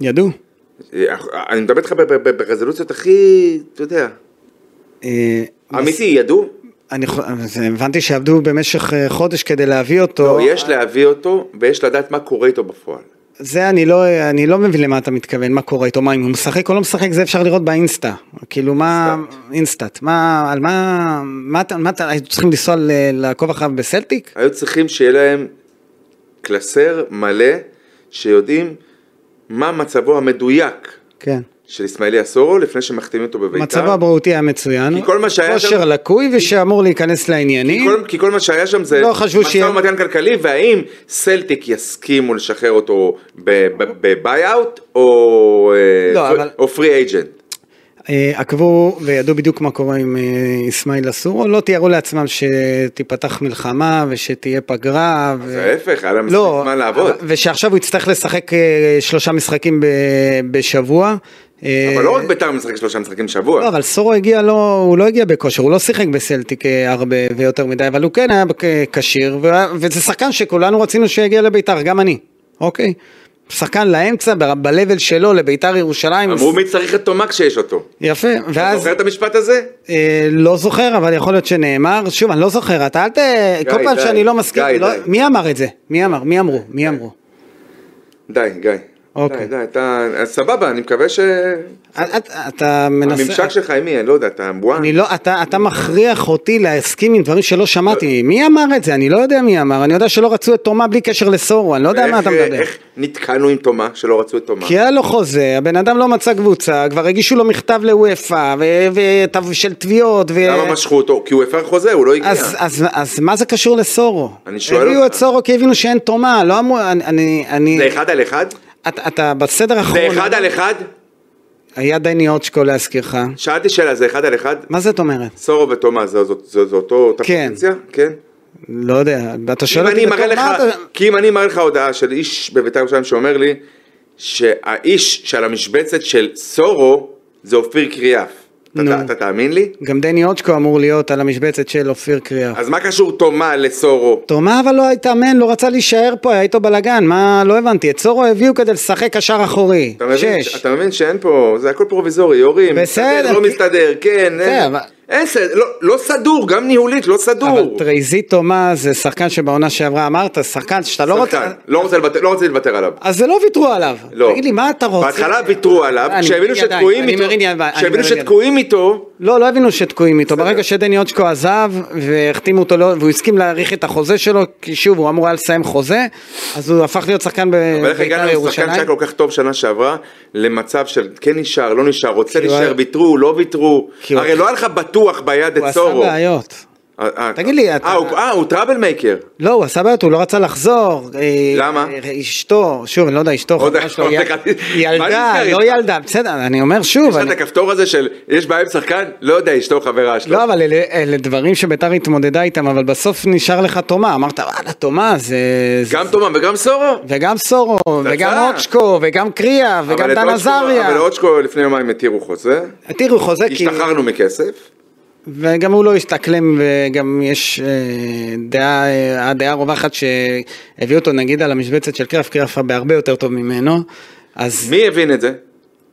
Speaker 2: ידעו.
Speaker 3: אה, אני מדבר איתך ב- ב- ב- ברזולוציות הכי, אתה יודע,
Speaker 2: אה,
Speaker 3: אמיתי, ידעו?
Speaker 2: אני חו- אז הבנתי שעבדו במשך אה, חודש כדי להביא אותו.
Speaker 3: לא, יש להביא אותו ויש לדעת מה קורה איתו בפועל.
Speaker 2: זה אני לא, אני לא מבין למה אתה מתכוון, מה קורה איתו, מה אם הוא משחק או לא משחק, זה אפשר לראות באינסטה. כאילו מה, אינסטאט, מה, על מה, מה אתה, מה אתה, היו צריכים לנסוע ל- לעקוב אחריו בסלטיק?
Speaker 3: היו צריכים שיהיה להם קלסר מלא, שיודעים מה מצבו המדויק
Speaker 2: כן.
Speaker 3: של אסמאעילי אסורו לפני שמחתימים אותו בביתר.
Speaker 2: מצבו הבריאותי היה מצוין.
Speaker 3: כי כל מה שהיה שם-
Speaker 2: כושר לקוי ושאמור להיכנס
Speaker 3: כי
Speaker 2: לעניינים.
Speaker 3: כל, כי כל מה שהיה שם זה
Speaker 2: לא חשבו
Speaker 3: משא
Speaker 2: שיהיה-
Speaker 3: ומתן כלכלי, והאם סלטיק יסכימו לשחרר אותו בביי-אוט או, אה,
Speaker 2: לא, אבל-
Speaker 3: או פרי אייג'נט.
Speaker 2: אה, עקבו וידעו בדיוק מה קורה עם אה, אסמאעיל אסורו, לא תיארו לעצמם שתיפתח מלחמה ושתהיה פגרה. ו-
Speaker 3: ההפך, היה להם מספיק
Speaker 2: אה, לא,
Speaker 3: זמן לעבוד.
Speaker 2: אבל- ושעכשיו הוא יצטרך לשחק אה, שלושה משחקים ב- בשבוע. אה,
Speaker 3: אבל לא רק ביתר משחק שלושה משחקים בשבוע.
Speaker 2: לא, אבל סורו הגיע לא, הוא לא הגיע בכושר, הוא לא שיחק בסלטיק אה, הרבה ויותר מדי, אבל הוא כן היה בק- כשיר, וה- וזה שחקן שכולנו רצינו שיגיע לביתר, גם אני, אוקיי? שחקן לאמצע, ב- ב-level שלו, לביתר ירושלים.
Speaker 3: אמרו מי צריך את תומה כשיש אותו.
Speaker 2: יפה,
Speaker 3: אתה
Speaker 2: ואז
Speaker 3: זוכר את המשפט הזה?
Speaker 2: אה, לא זוכר, אבל יכול להיות שנאמר, שוב, אני לא זוכר, אתה אל ת...
Speaker 3: גיא,
Speaker 2: כל פעם
Speaker 3: די,
Speaker 2: שאני לא מסכים,
Speaker 3: גיא,
Speaker 2: לא-
Speaker 3: די.
Speaker 2: מי אמר את זה? מי אמר? מי אמרו? מי אמרו?
Speaker 3: די, גיא.
Speaker 2: אוקיי.
Speaker 3: די, די, אתה... אז סבבה, אני מקווה ש...
Speaker 2: אתה- אה, אתה מנסה...
Speaker 3: הממשק שלך עם מי, אני לא יודע, אתה בואן.
Speaker 2: אני לא, אתה,
Speaker 3: אה.
Speaker 2: אתה מכריח אותי להסכים עם דברים שלא שמעתי. מי אמר את זה? אני לא יודע מי אמר. אני יודע שלא רצו את תומה בלי קשר לסורו, אני לא יודע מה אתה
Speaker 3: ואיך,
Speaker 2: מדבר.
Speaker 3: איך נתקענו עם תומה, שלא רצו את תומה?
Speaker 2: כי היה לו חוזה, הבן אדם לא מצא קבוצה, כבר הגישו לו מכתב לוופא, של תביעות, ו...
Speaker 3: למה משכו אותו? כי הוא הפר חוזה, הוא לא הגיע.
Speaker 2: אז, אז, אז מה זה קשור לסורו?
Speaker 3: אני שואל
Speaker 2: הביאו
Speaker 3: אותך.
Speaker 2: את סורו כי הבינו שאין תומה, לא אמרו, אני, אני, אני
Speaker 3: זה אחד על אחד?
Speaker 2: אתה, אתה בסדר האחרון,
Speaker 3: זה אחד על אחד?
Speaker 2: היה דני אוצ'קו להזכירך,
Speaker 3: שאלתי שאלה, זה אחד על אחד?
Speaker 2: מה זאת אומרת?
Speaker 3: סורו ותומה, זה, זה, זה, זה אותו, אותה
Speaker 2: כן.
Speaker 3: פוזיציה? כן.
Speaker 2: לא יודע, אתה
Speaker 3: אם
Speaker 2: שואל
Speaker 3: אני
Speaker 2: אותי,
Speaker 3: מראה
Speaker 2: בתור
Speaker 3: לך,
Speaker 2: מה אתה-
Speaker 3: כי אם אני מראה לך הודעה של איש בבית"ר ירושלים שאומר לי שהאיש שעל המשבצת של סורו זה אופיר קריאף. אתה-
Speaker 2: נו.
Speaker 3: אתה תאמין לי?
Speaker 2: גם דני אוצ'קו אמור להיות על המשבצת של אופיר קריאף.
Speaker 3: אז מה קשור תומה לסורו?
Speaker 2: תומה אבל לא התאמן, לא רצה להישאר פה, היה איתו בלאגן, מה, לא הבנתי. את סורו הביאו כדי לשחק קשר אחורי.
Speaker 3: אתה מבין,
Speaker 2: שש.
Speaker 3: אתה מבין שאין פה, זה הכל פרוביזורי, יורים,
Speaker 2: בסדר,
Speaker 3: מסתדר, לא
Speaker 2: כי-
Speaker 3: מסתדר, כן,
Speaker 2: בסדר,
Speaker 3: אין,
Speaker 2: אבל-
Speaker 3: אין סדר, לא- לא סדור, גם ניהולית, לא
Speaker 2: אבל
Speaker 3: סדור.
Speaker 2: טרייזי תומה זה שחקן שבעונה שעברה אמרת, שחקן שאתה לא רוצה...
Speaker 3: שחקן, לא רוצה לוותר- לא רוצה להתוותר עליו.
Speaker 2: אז זה לא ויתרו עליו.
Speaker 3: לא.
Speaker 2: תגיד לי, מה אתה רוצה?
Speaker 3: בהתחלה ויתרו עליו,
Speaker 2: אני
Speaker 3: כשהבינו
Speaker 2: מרים ידיים,
Speaker 3: שתקועים
Speaker 2: אני
Speaker 3: איתו,
Speaker 2: מרים ידיים, אני
Speaker 3: כשהבינו
Speaker 2: מרים ידיים.
Speaker 3: שתקועים איתו,
Speaker 2: לא, לא הבינו שתקועים איתו.
Speaker 3: בסדר.
Speaker 2: ברגע שדני אוצ'קו עזב והחתימו אותו, לא- והוא הסכים להאריך את החוזה שלו, כי שוב, הוא אמור היה לסיים חוזה, אז הוא הפך להיות שחקן
Speaker 3: אבל איך
Speaker 2: בבית"ר
Speaker 3: הגענו לשחקן שהיה
Speaker 2: ירושלים.
Speaker 3: כל כך טוב שנה שעברה, למצב של כן נשאר, לא נשאר, רוצה
Speaker 2: כי הוא
Speaker 3: להישאר,
Speaker 2: היה-
Speaker 3: ויתרו, לא ויתרו,
Speaker 2: כי הוא-
Speaker 3: הרי לא היה לך בטוח ביד
Speaker 2: הוא
Speaker 3: את
Speaker 2: עשה
Speaker 3: סורו.
Speaker 2: בעיות.
Speaker 3: אה, אה,
Speaker 2: תגיד לי,
Speaker 3: אה,
Speaker 2: אתה-
Speaker 3: הוא- אה, הוא טראבל מייקר.
Speaker 2: לא, הוא עשה בעיות, הוא לא רצה לחזור. אה,
Speaker 3: למה?
Speaker 2: אה, אשתו, שוב, אני לא יודע, אשתו,
Speaker 3: עוד-
Speaker 2: חברה שלו,
Speaker 3: עוד
Speaker 2: היא-
Speaker 3: אחד.
Speaker 2: היא
Speaker 3: מה
Speaker 2: ילדה,
Speaker 3: נסגר
Speaker 2: לא
Speaker 3: איתך?
Speaker 2: ילדה, בסדר, אני אומר שוב.
Speaker 3: יש לך
Speaker 2: אני-
Speaker 3: את הכפתור הזה של יש בעיה עם שחקן? לא יודע, אשתו או חברה שלו.
Speaker 2: לא, אבל אלה, אלה דברים שביתר התמודדה איתם, אבל בסוף נשאר לך תומה, אמרת, וואלה, תומה זה... זה-
Speaker 3: גם תומם וגם סורו.
Speaker 2: וגם סורו, וגם
Speaker 3: הצעה.
Speaker 2: אוצ'קו, וגם קריה,
Speaker 3: אבל
Speaker 2: וגם
Speaker 3: את
Speaker 2: דן
Speaker 3: אוצ'קו-
Speaker 2: עזריה.
Speaker 3: אבל אוצ'קו לפני יומיים התירו חוזה,
Speaker 2: תראו, חוזה כי...
Speaker 3: השתחררנו מכסף.
Speaker 2: וגם הוא לא השתקלם, וגם יש אה, דעה, אה, הדעה הרווחת שהביאו אותו נגיד על המשבצת של קרף, קרף בהרבה יותר טוב ממנו. אז
Speaker 3: מי הבין את זה?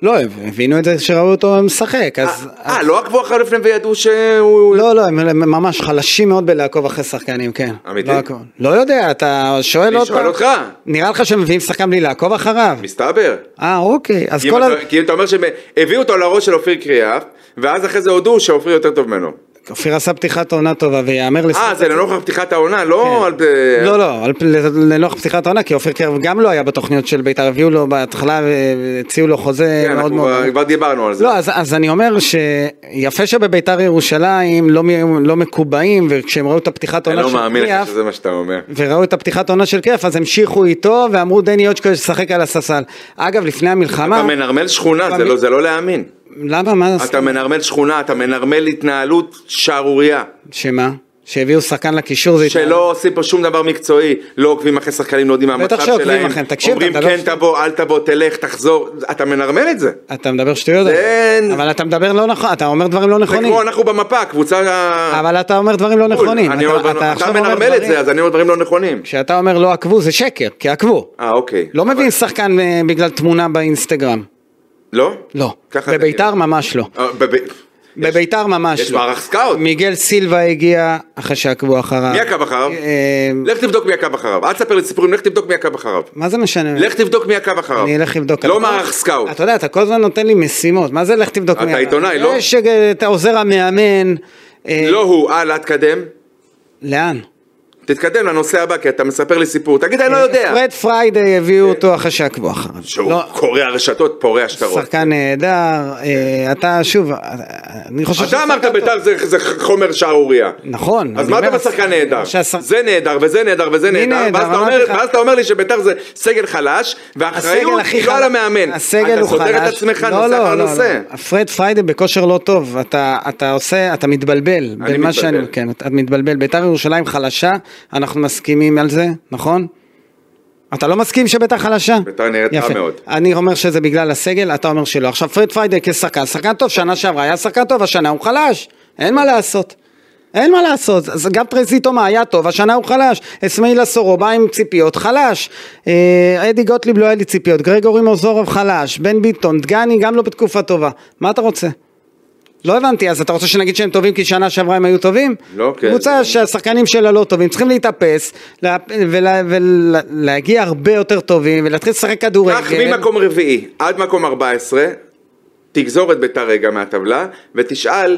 Speaker 2: לא, הבינו את זה כשראו אותו משחק, אז...
Speaker 3: אה, לא עקבו אחריו לפני וידעו שהוא...
Speaker 2: לא, לא, הם הם ממש חלשים מאוד בלעקוב אחרי שחקנים, כן.
Speaker 3: אמיתי?
Speaker 2: לא, הכל. לא יודע, אתה שואל
Speaker 3: אני
Speaker 2: אותה.
Speaker 3: שואל אותך.
Speaker 2: נראה לך שהם מביאים שחקן בלי לעקוב אחריו?
Speaker 3: מסתבר.
Speaker 2: אה, אוקיי. אז
Speaker 3: כי אם
Speaker 2: כל ה...
Speaker 3: אתה- כי אם אתה אומר שהם הביאו אותו לראש של אופיר קריאף, ואז אחרי זה הודו שאופיר יותר טוב ממנו.
Speaker 2: אופיר עשה פתיחת עונה טובה, ויאמר לזכות...
Speaker 3: אה, זה לנוכח פתיחת העונה, לא על...
Speaker 2: לא, לא, על- לנוח פתיחת העונה, כי אופיר קרב גם לא היה בתוכניות של בית"ר, הביאו לו בהתחלה, הציעו לו חוזה
Speaker 3: כן,
Speaker 2: מאוד
Speaker 3: אנחנו
Speaker 2: מאוד...
Speaker 3: כבר- כבר דיברנו על זה.
Speaker 2: לא, אז, אז אני אומר שיפה שבביתר ירושלים לא, מ- לא מקובעים, וכשהם ראו את הפתיחת
Speaker 3: אני
Speaker 2: העונה
Speaker 3: לא מאמין
Speaker 2: קריאף,
Speaker 3: לך שזה מה שאתה אומר.
Speaker 2: וראו את הפתיחת עונה של קרף, אז המשיכו איתו, ואמרו דני אוצ'קו ישחק על הססל. אגב, לפני המלחמה,
Speaker 3: אתה מנרמל שכונה,
Speaker 2: אתה
Speaker 3: זה
Speaker 2: מ-
Speaker 3: לא- זה לא להאמין.
Speaker 2: למה, מה,
Speaker 3: אתה מנרמל שכונה, אתה מנרמל התנהלות שערורייה.
Speaker 2: שמה? שהביאו שחקן לקישור, זה
Speaker 3: שלא עושים פה שום דבר מקצועי, לא עוקבים אחרי שחקנים, לא יודעים מה
Speaker 2: בטח
Speaker 3: המצב
Speaker 2: שעוקבים
Speaker 3: שלהם,
Speaker 2: אחריהם, תקשיב,
Speaker 3: אומרים
Speaker 2: אתה לא-
Speaker 3: כן תבוא, אל תבוא, תלך, תחזור, אתה מנרמל את זה.
Speaker 2: אתה מדבר שטויות,
Speaker 3: אין.
Speaker 2: אבל אתה מדבר לא נכון, אתה אומר דברים לא
Speaker 3: כן. זה
Speaker 2: נכונים,
Speaker 3: כמו אנחנו במפה, קבוצה...
Speaker 2: אבל אתה אומר דברים לא נכונים,
Speaker 3: אני אומר דברים-
Speaker 2: עכשיו
Speaker 3: אתה
Speaker 2: אומר
Speaker 3: מנרמל את
Speaker 2: דברים-
Speaker 3: זה, אז אני אומר דברים לא נכונים.
Speaker 2: כשאתה אומר לא עקבו זה שקר, כי עקבו,
Speaker 3: אה, אוקיי.
Speaker 2: לא
Speaker 3: אבל-
Speaker 2: מביאים שחקן אה, בגלל תמונה באינסטגרם,
Speaker 3: לא?
Speaker 2: לא,
Speaker 3: ככה זה
Speaker 2: בביתר
Speaker 3: כאילו.
Speaker 2: ממש לא.
Speaker 3: אה, בב-
Speaker 2: בביתר ממש
Speaker 3: יש
Speaker 2: לא.
Speaker 3: מערך סקאוט.
Speaker 2: מיגל סילבה הגיע אחרי שעקבו אחריו.
Speaker 3: מי עקב אחריו?
Speaker 2: אה,
Speaker 3: לך תבדוק מי עקב אחריו, אל תספר לי סיפורים, לך תבדוק מי עקב אחריו.
Speaker 2: מה זה משנה?
Speaker 3: לך תבדוק מי עקב אחריו.
Speaker 2: אה. אני אלך לבדוק.
Speaker 3: לא
Speaker 2: אתה-
Speaker 3: מערך סקאוט.
Speaker 2: אתה יודע, אתה כל הזמן נותן לי משימות. מה זה לך תבדוק
Speaker 3: אתה עיתונאי, לא?
Speaker 2: יש אה, את העוזר המאמן. אה,
Speaker 3: לא הוא, הלאה, תקדם.
Speaker 2: לאן?
Speaker 3: תתקדם לנושא הבא, כי אתה מספר לי סיפור. תגיד, אני לא יודע.
Speaker 2: אה,
Speaker 3: אה,
Speaker 2: פרד פריידי הביאו אותו אחרי שעקבו אחריו.
Speaker 3: שהוא
Speaker 2: לא,
Speaker 3: קורע רשתות, פורע שטרות.
Speaker 2: שחקן נהדר. אה, אתה שוב, אה, אני חושב
Speaker 3: אתה אמרת
Speaker 2: ששחקן טוב.
Speaker 3: בית"ר זה זה חומר שערורייה.
Speaker 2: נכון.
Speaker 3: אז
Speaker 2: אני
Speaker 3: מה אתה
Speaker 2: אומר,
Speaker 3: בשחקן נהדר?
Speaker 2: שהשח-
Speaker 3: זה נהדר וזה נהדר וזה
Speaker 2: מי
Speaker 3: נהדר,
Speaker 2: נהדר?
Speaker 3: ואז אתה
Speaker 2: אמרתי
Speaker 3: אומר-
Speaker 2: לך-
Speaker 3: ואז אתה אומר לי שבית"ר זה סגל חלש, והאחריות
Speaker 2: הסגל הכי
Speaker 3: היא לא
Speaker 2: חלש-
Speaker 3: על המאמן.
Speaker 2: הסגל הוא חלש. לא,
Speaker 3: אתה סותר את עצמך נושא אחר נושא.
Speaker 2: פרד פריידי בכושר לא טוב, אתה, אתה עושה, אתה מתבלבל. במה
Speaker 3: מתבלבל.
Speaker 2: שאני, כן, את, את מתבלבל. ביתר ירושלים חלשה, אנחנו מסכימים על זה, נכון? אתה לא מסכים שביתר חלשה?
Speaker 3: ביתר נראית רע
Speaker 2: יפה.
Speaker 3: מאוד.
Speaker 2: אני אומר שזה בגלל הסגל, אתה אומר שלא. עכשיו פרד פריידי כשחקן, שחקן טוב, שנה שעברה היה שחקן טוב, השנה הוא חלש, אין מה לעשות. אין מה לעשות, אז גם טרזיטומה היה טוב, השנה הוא חלש, אסמאעיל אסורו בא עם ציפיות, חלש, אה, אדי גוטליב לא היה לי ציפיות, גרגורי מוזורוב חלש, בן ביטון, דגני גם לא בתקופה טובה, מה אתה רוצה? לא הבנתי, אז אתה רוצה שנגיד שהם טובים כי שנה שעברה הם היו טובים?
Speaker 3: לא, כן.
Speaker 2: קבוצה שהשחקנים שלה לא טובים, צריכים להתאפס לה, ולה, ולהגיע הרבה יותר טובים ולהתחיל לשחק כדורגל.
Speaker 3: קח ממקום רביעי עד מקום 14, תגזור את בית"ר רגע מהטבלה, ותשאל,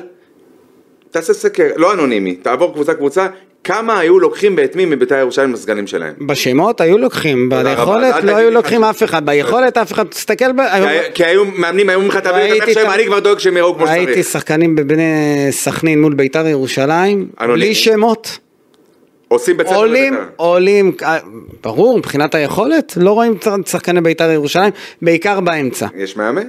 Speaker 3: תעשה סקר, לא אנונימי, תעבור קבוצה קבוצה, כמה היו לוקחים ואת מי מבית"ר ירושלים לסגנים שלהם.
Speaker 2: בשמות היו לוקחים,
Speaker 3: תודה רבה. אל
Speaker 2: ביכולת
Speaker 3: תגיד
Speaker 2: לא
Speaker 3: לי
Speaker 2: היו לוקחים
Speaker 3: חצי.
Speaker 2: אף אחד, ביכולת אף אחד, תסתכל, ב...
Speaker 3: כי ה- כי היו מאמנים, היו אומרים לך, תביא אותם
Speaker 2: ראיתי
Speaker 3: איך שהם,
Speaker 2: את ה-
Speaker 3: אני כבר דואג שהם יראו כמו
Speaker 2: ראיתי
Speaker 3: שצריך.
Speaker 2: שחקנים בבני סכנין מול ביתר ירושלים,
Speaker 3: אנונימי.
Speaker 2: בלי שמות,
Speaker 3: עושים בית ספר
Speaker 2: עולים,
Speaker 3: בבית"ר.
Speaker 2: עולים, אה, ברור, מבחינת היכולת, לא רואים את שחקני ביתר ירושלים, בעיקר באמצע.
Speaker 3: יש מאמן?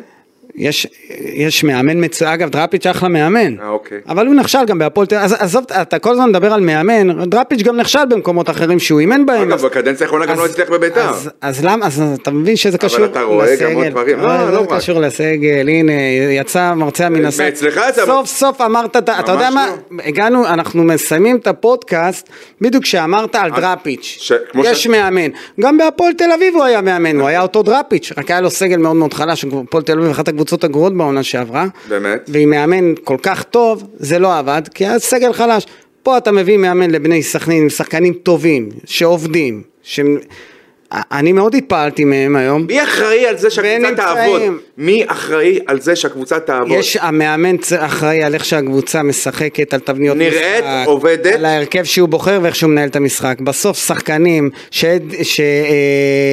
Speaker 2: יש, יש מאמן מצוין, אגב דראפיץ' אחלה מאמן,
Speaker 3: אה, אוקיי.
Speaker 2: אבל הוא נכשל גם בהפועל תל אביב, אז עזוב, אתה כל הזמן מדבר על מאמן, דראפיץ' גם נכשל במקומות אחרים שהוא אימן בהם.
Speaker 3: אגב,
Speaker 2: נכון, אז-
Speaker 3: בקדנציה האחרונה גם
Speaker 2: אז-
Speaker 3: לא הצליח בביתר.
Speaker 2: אז, אז למה, אז אתה מבין שזה
Speaker 3: אבל
Speaker 2: קשור
Speaker 3: אתה רואה גם עוד דברים.
Speaker 2: אבל
Speaker 3: אה,
Speaker 2: זה
Speaker 3: לא רק. אה,
Speaker 2: קשור לסגל, הנה, יצא מרצע מן הסגל.
Speaker 3: אצלך יצא-
Speaker 2: סוף סוף אמרת, את ה- אתה יודע
Speaker 3: ממש
Speaker 2: מה,
Speaker 3: לא.
Speaker 2: הגענו, אנחנו מסיימים את הפודקאסט, בדיוק כשאמרת על דראפיץ',
Speaker 3: אה, ש- כמו
Speaker 2: יש
Speaker 3: ש-
Speaker 2: מאמן. גם בהפועל תל אביב הוא היה מאמן, הוא היה אותו דראפיץ', רק היה לו סגל מאוד מאוד חלש, הפועל תל אביב אחת הקבוצות הגרועות בעונה שעברה.
Speaker 3: באמת?
Speaker 2: ועם מאמן כל כך טוב, זה לא עבד, כי היה סגל חלש. פה אתה מביא מאמן לבני סכנין עם שחקנים טובים, שעובדים, ש... אני מאוד התפעלתי מהם היום.
Speaker 3: מי אחראי על זה שהקבוצה
Speaker 2: והם
Speaker 3: תעבוד?
Speaker 2: נמצאים.
Speaker 3: מי אחראי על זה שהקבוצה תעבוד?
Speaker 2: יש, המאמן צ- אחראי על איך שהקבוצה משחקת, על תבניות
Speaker 3: נראית,
Speaker 2: משחק,
Speaker 3: עובדת.
Speaker 2: על ההרכב שהוא בוחר ואיך שהוא מנהל את המשחק. בסוף שחקנים,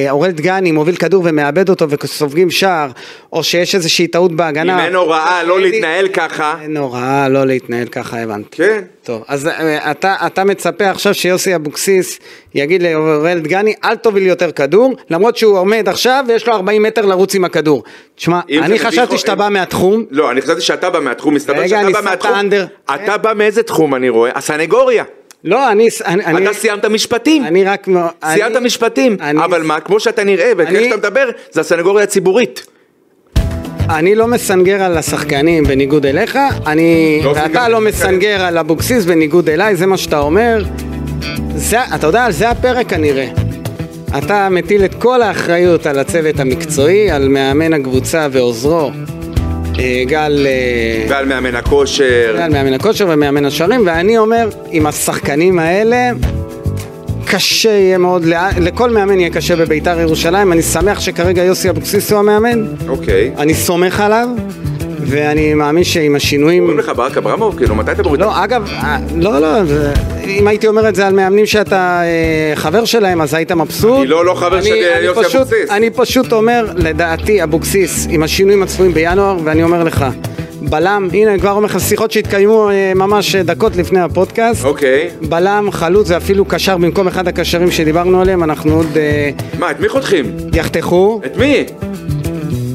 Speaker 2: שאורל דגני מוביל כדור ומאבד אותו וסופגים שער, או שיש איזושהי טעות בהגנה.
Speaker 3: אם אין הוראה לא להתנהל ככה,
Speaker 2: אין הוראה לא להתנהל ככה, הבנתי.
Speaker 3: כן.
Speaker 2: טוב, אז אה, אתה, אתה מצפה עכשיו שיוסי אבוקסיס יגיד לאורל דגני, אל תוביל יותר כדור, למרות שהוא עומד עכשיו ויש לו 40 מטר לרוץ עם הכדור. תשמע,
Speaker 3: אם
Speaker 2: אני
Speaker 3: זה
Speaker 2: חשבתי
Speaker 3: בדיחו-
Speaker 2: שאתה
Speaker 3: אם-
Speaker 2: בא מהתחום,
Speaker 3: לא, אני חשבתי שאתה בא מהתחום, מסתבר
Speaker 2: רגע,
Speaker 3: שאתה
Speaker 2: אני
Speaker 3: בא
Speaker 2: שם את
Speaker 3: מהתחום.
Speaker 2: האנדר.
Speaker 3: אתה בא מאיזה תחום אני רואה? הסנגוריה.
Speaker 2: לא, אני, אני, אני,
Speaker 3: אתה סיימת משפטים.
Speaker 2: אני רק, אני-
Speaker 3: סיימת משפטים.
Speaker 2: אני-
Speaker 3: אבל מה, כמו שאתה נראה וכמו
Speaker 2: אני-
Speaker 3: שאתה מדבר, זה הסנגוריה הציבורית.
Speaker 2: אני לא מסנגר על השחקנים בניגוד אליך, אני,
Speaker 3: לא מסנגר
Speaker 2: ואתה
Speaker 3: על
Speaker 2: לא
Speaker 3: השחקנים.
Speaker 2: מסנגר על אבוקסיס בניגוד אליי, זה מה שאתה אומר. זה, אתה יודע, על זה הפרק כנראה. אתה מטיל את כל האחריות על הצוות המקצועי, על מאמן הקבוצה ועוזרו, אה, גל... אה,
Speaker 3: ועל מאמן הכושר.
Speaker 2: על מאמן הכושר ומאמן השערים, ואני אומר, עם השחקנים האלה, קשה יהיה מאוד, לע- לכל מאמן יהיה קשה בביתר ירושלים, אני שמח שכרגע יוסי אבוקסיס הוא המאמן,
Speaker 3: אוקיי.
Speaker 2: אני סומך עליו, ואני מאמין שעם השינויים...
Speaker 3: אומרים לך ברק אברמוב, כאילו, מתי אתה מוריד?
Speaker 2: לא, אגב, אה, לא, לא, זה- אם הייתי אומר את זה על מאמנים שאתה אה, חבר שלהם, אז היית מבסוט.
Speaker 3: אני לא- לא חבר
Speaker 2: אני-
Speaker 3: של, אה,
Speaker 2: אני
Speaker 3: יוסי
Speaker 2: פשוט-
Speaker 3: אבוקסיס.
Speaker 2: אני פשוט אומר, לדעתי, אבוקסיס, עם השינויים הצפויים בינואר, ואני אומר לך, בלם, הנה, אני כבר אומר לך, שיחות שהתקיימו אה, ממש אה, דקות לפני הפודקאסט.
Speaker 3: אוקיי.
Speaker 2: בלם, חלוץ ואפילו קשר במקום אחד הקשרים שדיברנו עליהם, אנחנו עוד אה,
Speaker 3: מה, את מי חותכים?
Speaker 2: יחתכו.
Speaker 3: את מי?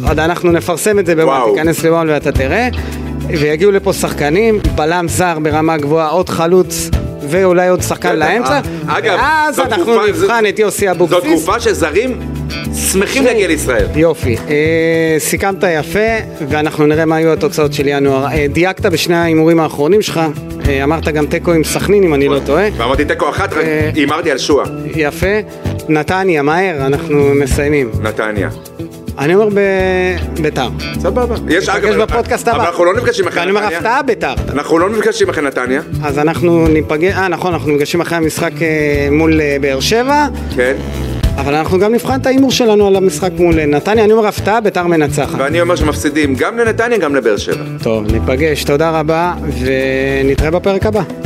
Speaker 2: עוד אנחנו נפרסם את זה בוואן,
Speaker 3: וואו.
Speaker 2: תיכנס לוואן ואתה תראה. ויגיעו לפה שחקנים, בלם זר ברמה גבוהה, עוד חלוץ ואולי עוד שחקן
Speaker 3: בטח.
Speaker 2: לאמצע,
Speaker 3: כן, אה, אגב,
Speaker 2: ואז
Speaker 3: זאת
Speaker 2: אנחנו
Speaker 3: תקופה-
Speaker 2: נבחן את יוסי
Speaker 3: זו
Speaker 2: אבוקסיס.
Speaker 3: תקופה שזרים שמחים להגיע לישראל.
Speaker 2: יופי, אה, סיכמת יפה, ואנחנו נראה מה היו התוצאות של ינואר. אה, דייקת בשני ההימורים האחרונים שלך, אה, אמרת גם תיקו עם סכנין אם אני
Speaker 3: נכון.
Speaker 2: לא טועה.
Speaker 3: ואמרתי תיקו אחת, רק
Speaker 2: אה,
Speaker 3: הימרתי על שועה,
Speaker 2: יפה. נתניה, מהר, אנחנו מסיימים.
Speaker 3: נתניה.
Speaker 2: אני אומר ב- ביתר.
Speaker 3: סבבה.
Speaker 2: ניפגש
Speaker 3: יש אגב,
Speaker 2: בפודקאסט הבא.
Speaker 3: אבל אנחנו לא נפגשים אחרי
Speaker 2: ואני אומר
Speaker 3: נתניה.
Speaker 2: הפתעה ביתר.
Speaker 3: אנחנו לא נפגשים אחרי נתניה,
Speaker 2: אז אנחנו ניפגש, אה נכון, אנחנו נפגשים אחרי המשחק אה, מול אה, באר שבע,
Speaker 3: כן,
Speaker 2: אבל אנחנו גם נבחן את ההימור שלנו על המשחק מול אה, נתניה. אני אומר הפתעה, ביתר מנצחת.
Speaker 3: ואני אומר שמפסידים גם לנתניה, גם לבאר שבע.
Speaker 2: טוב, ניפגש, תודה רבה, ונתראה בפרק הבא.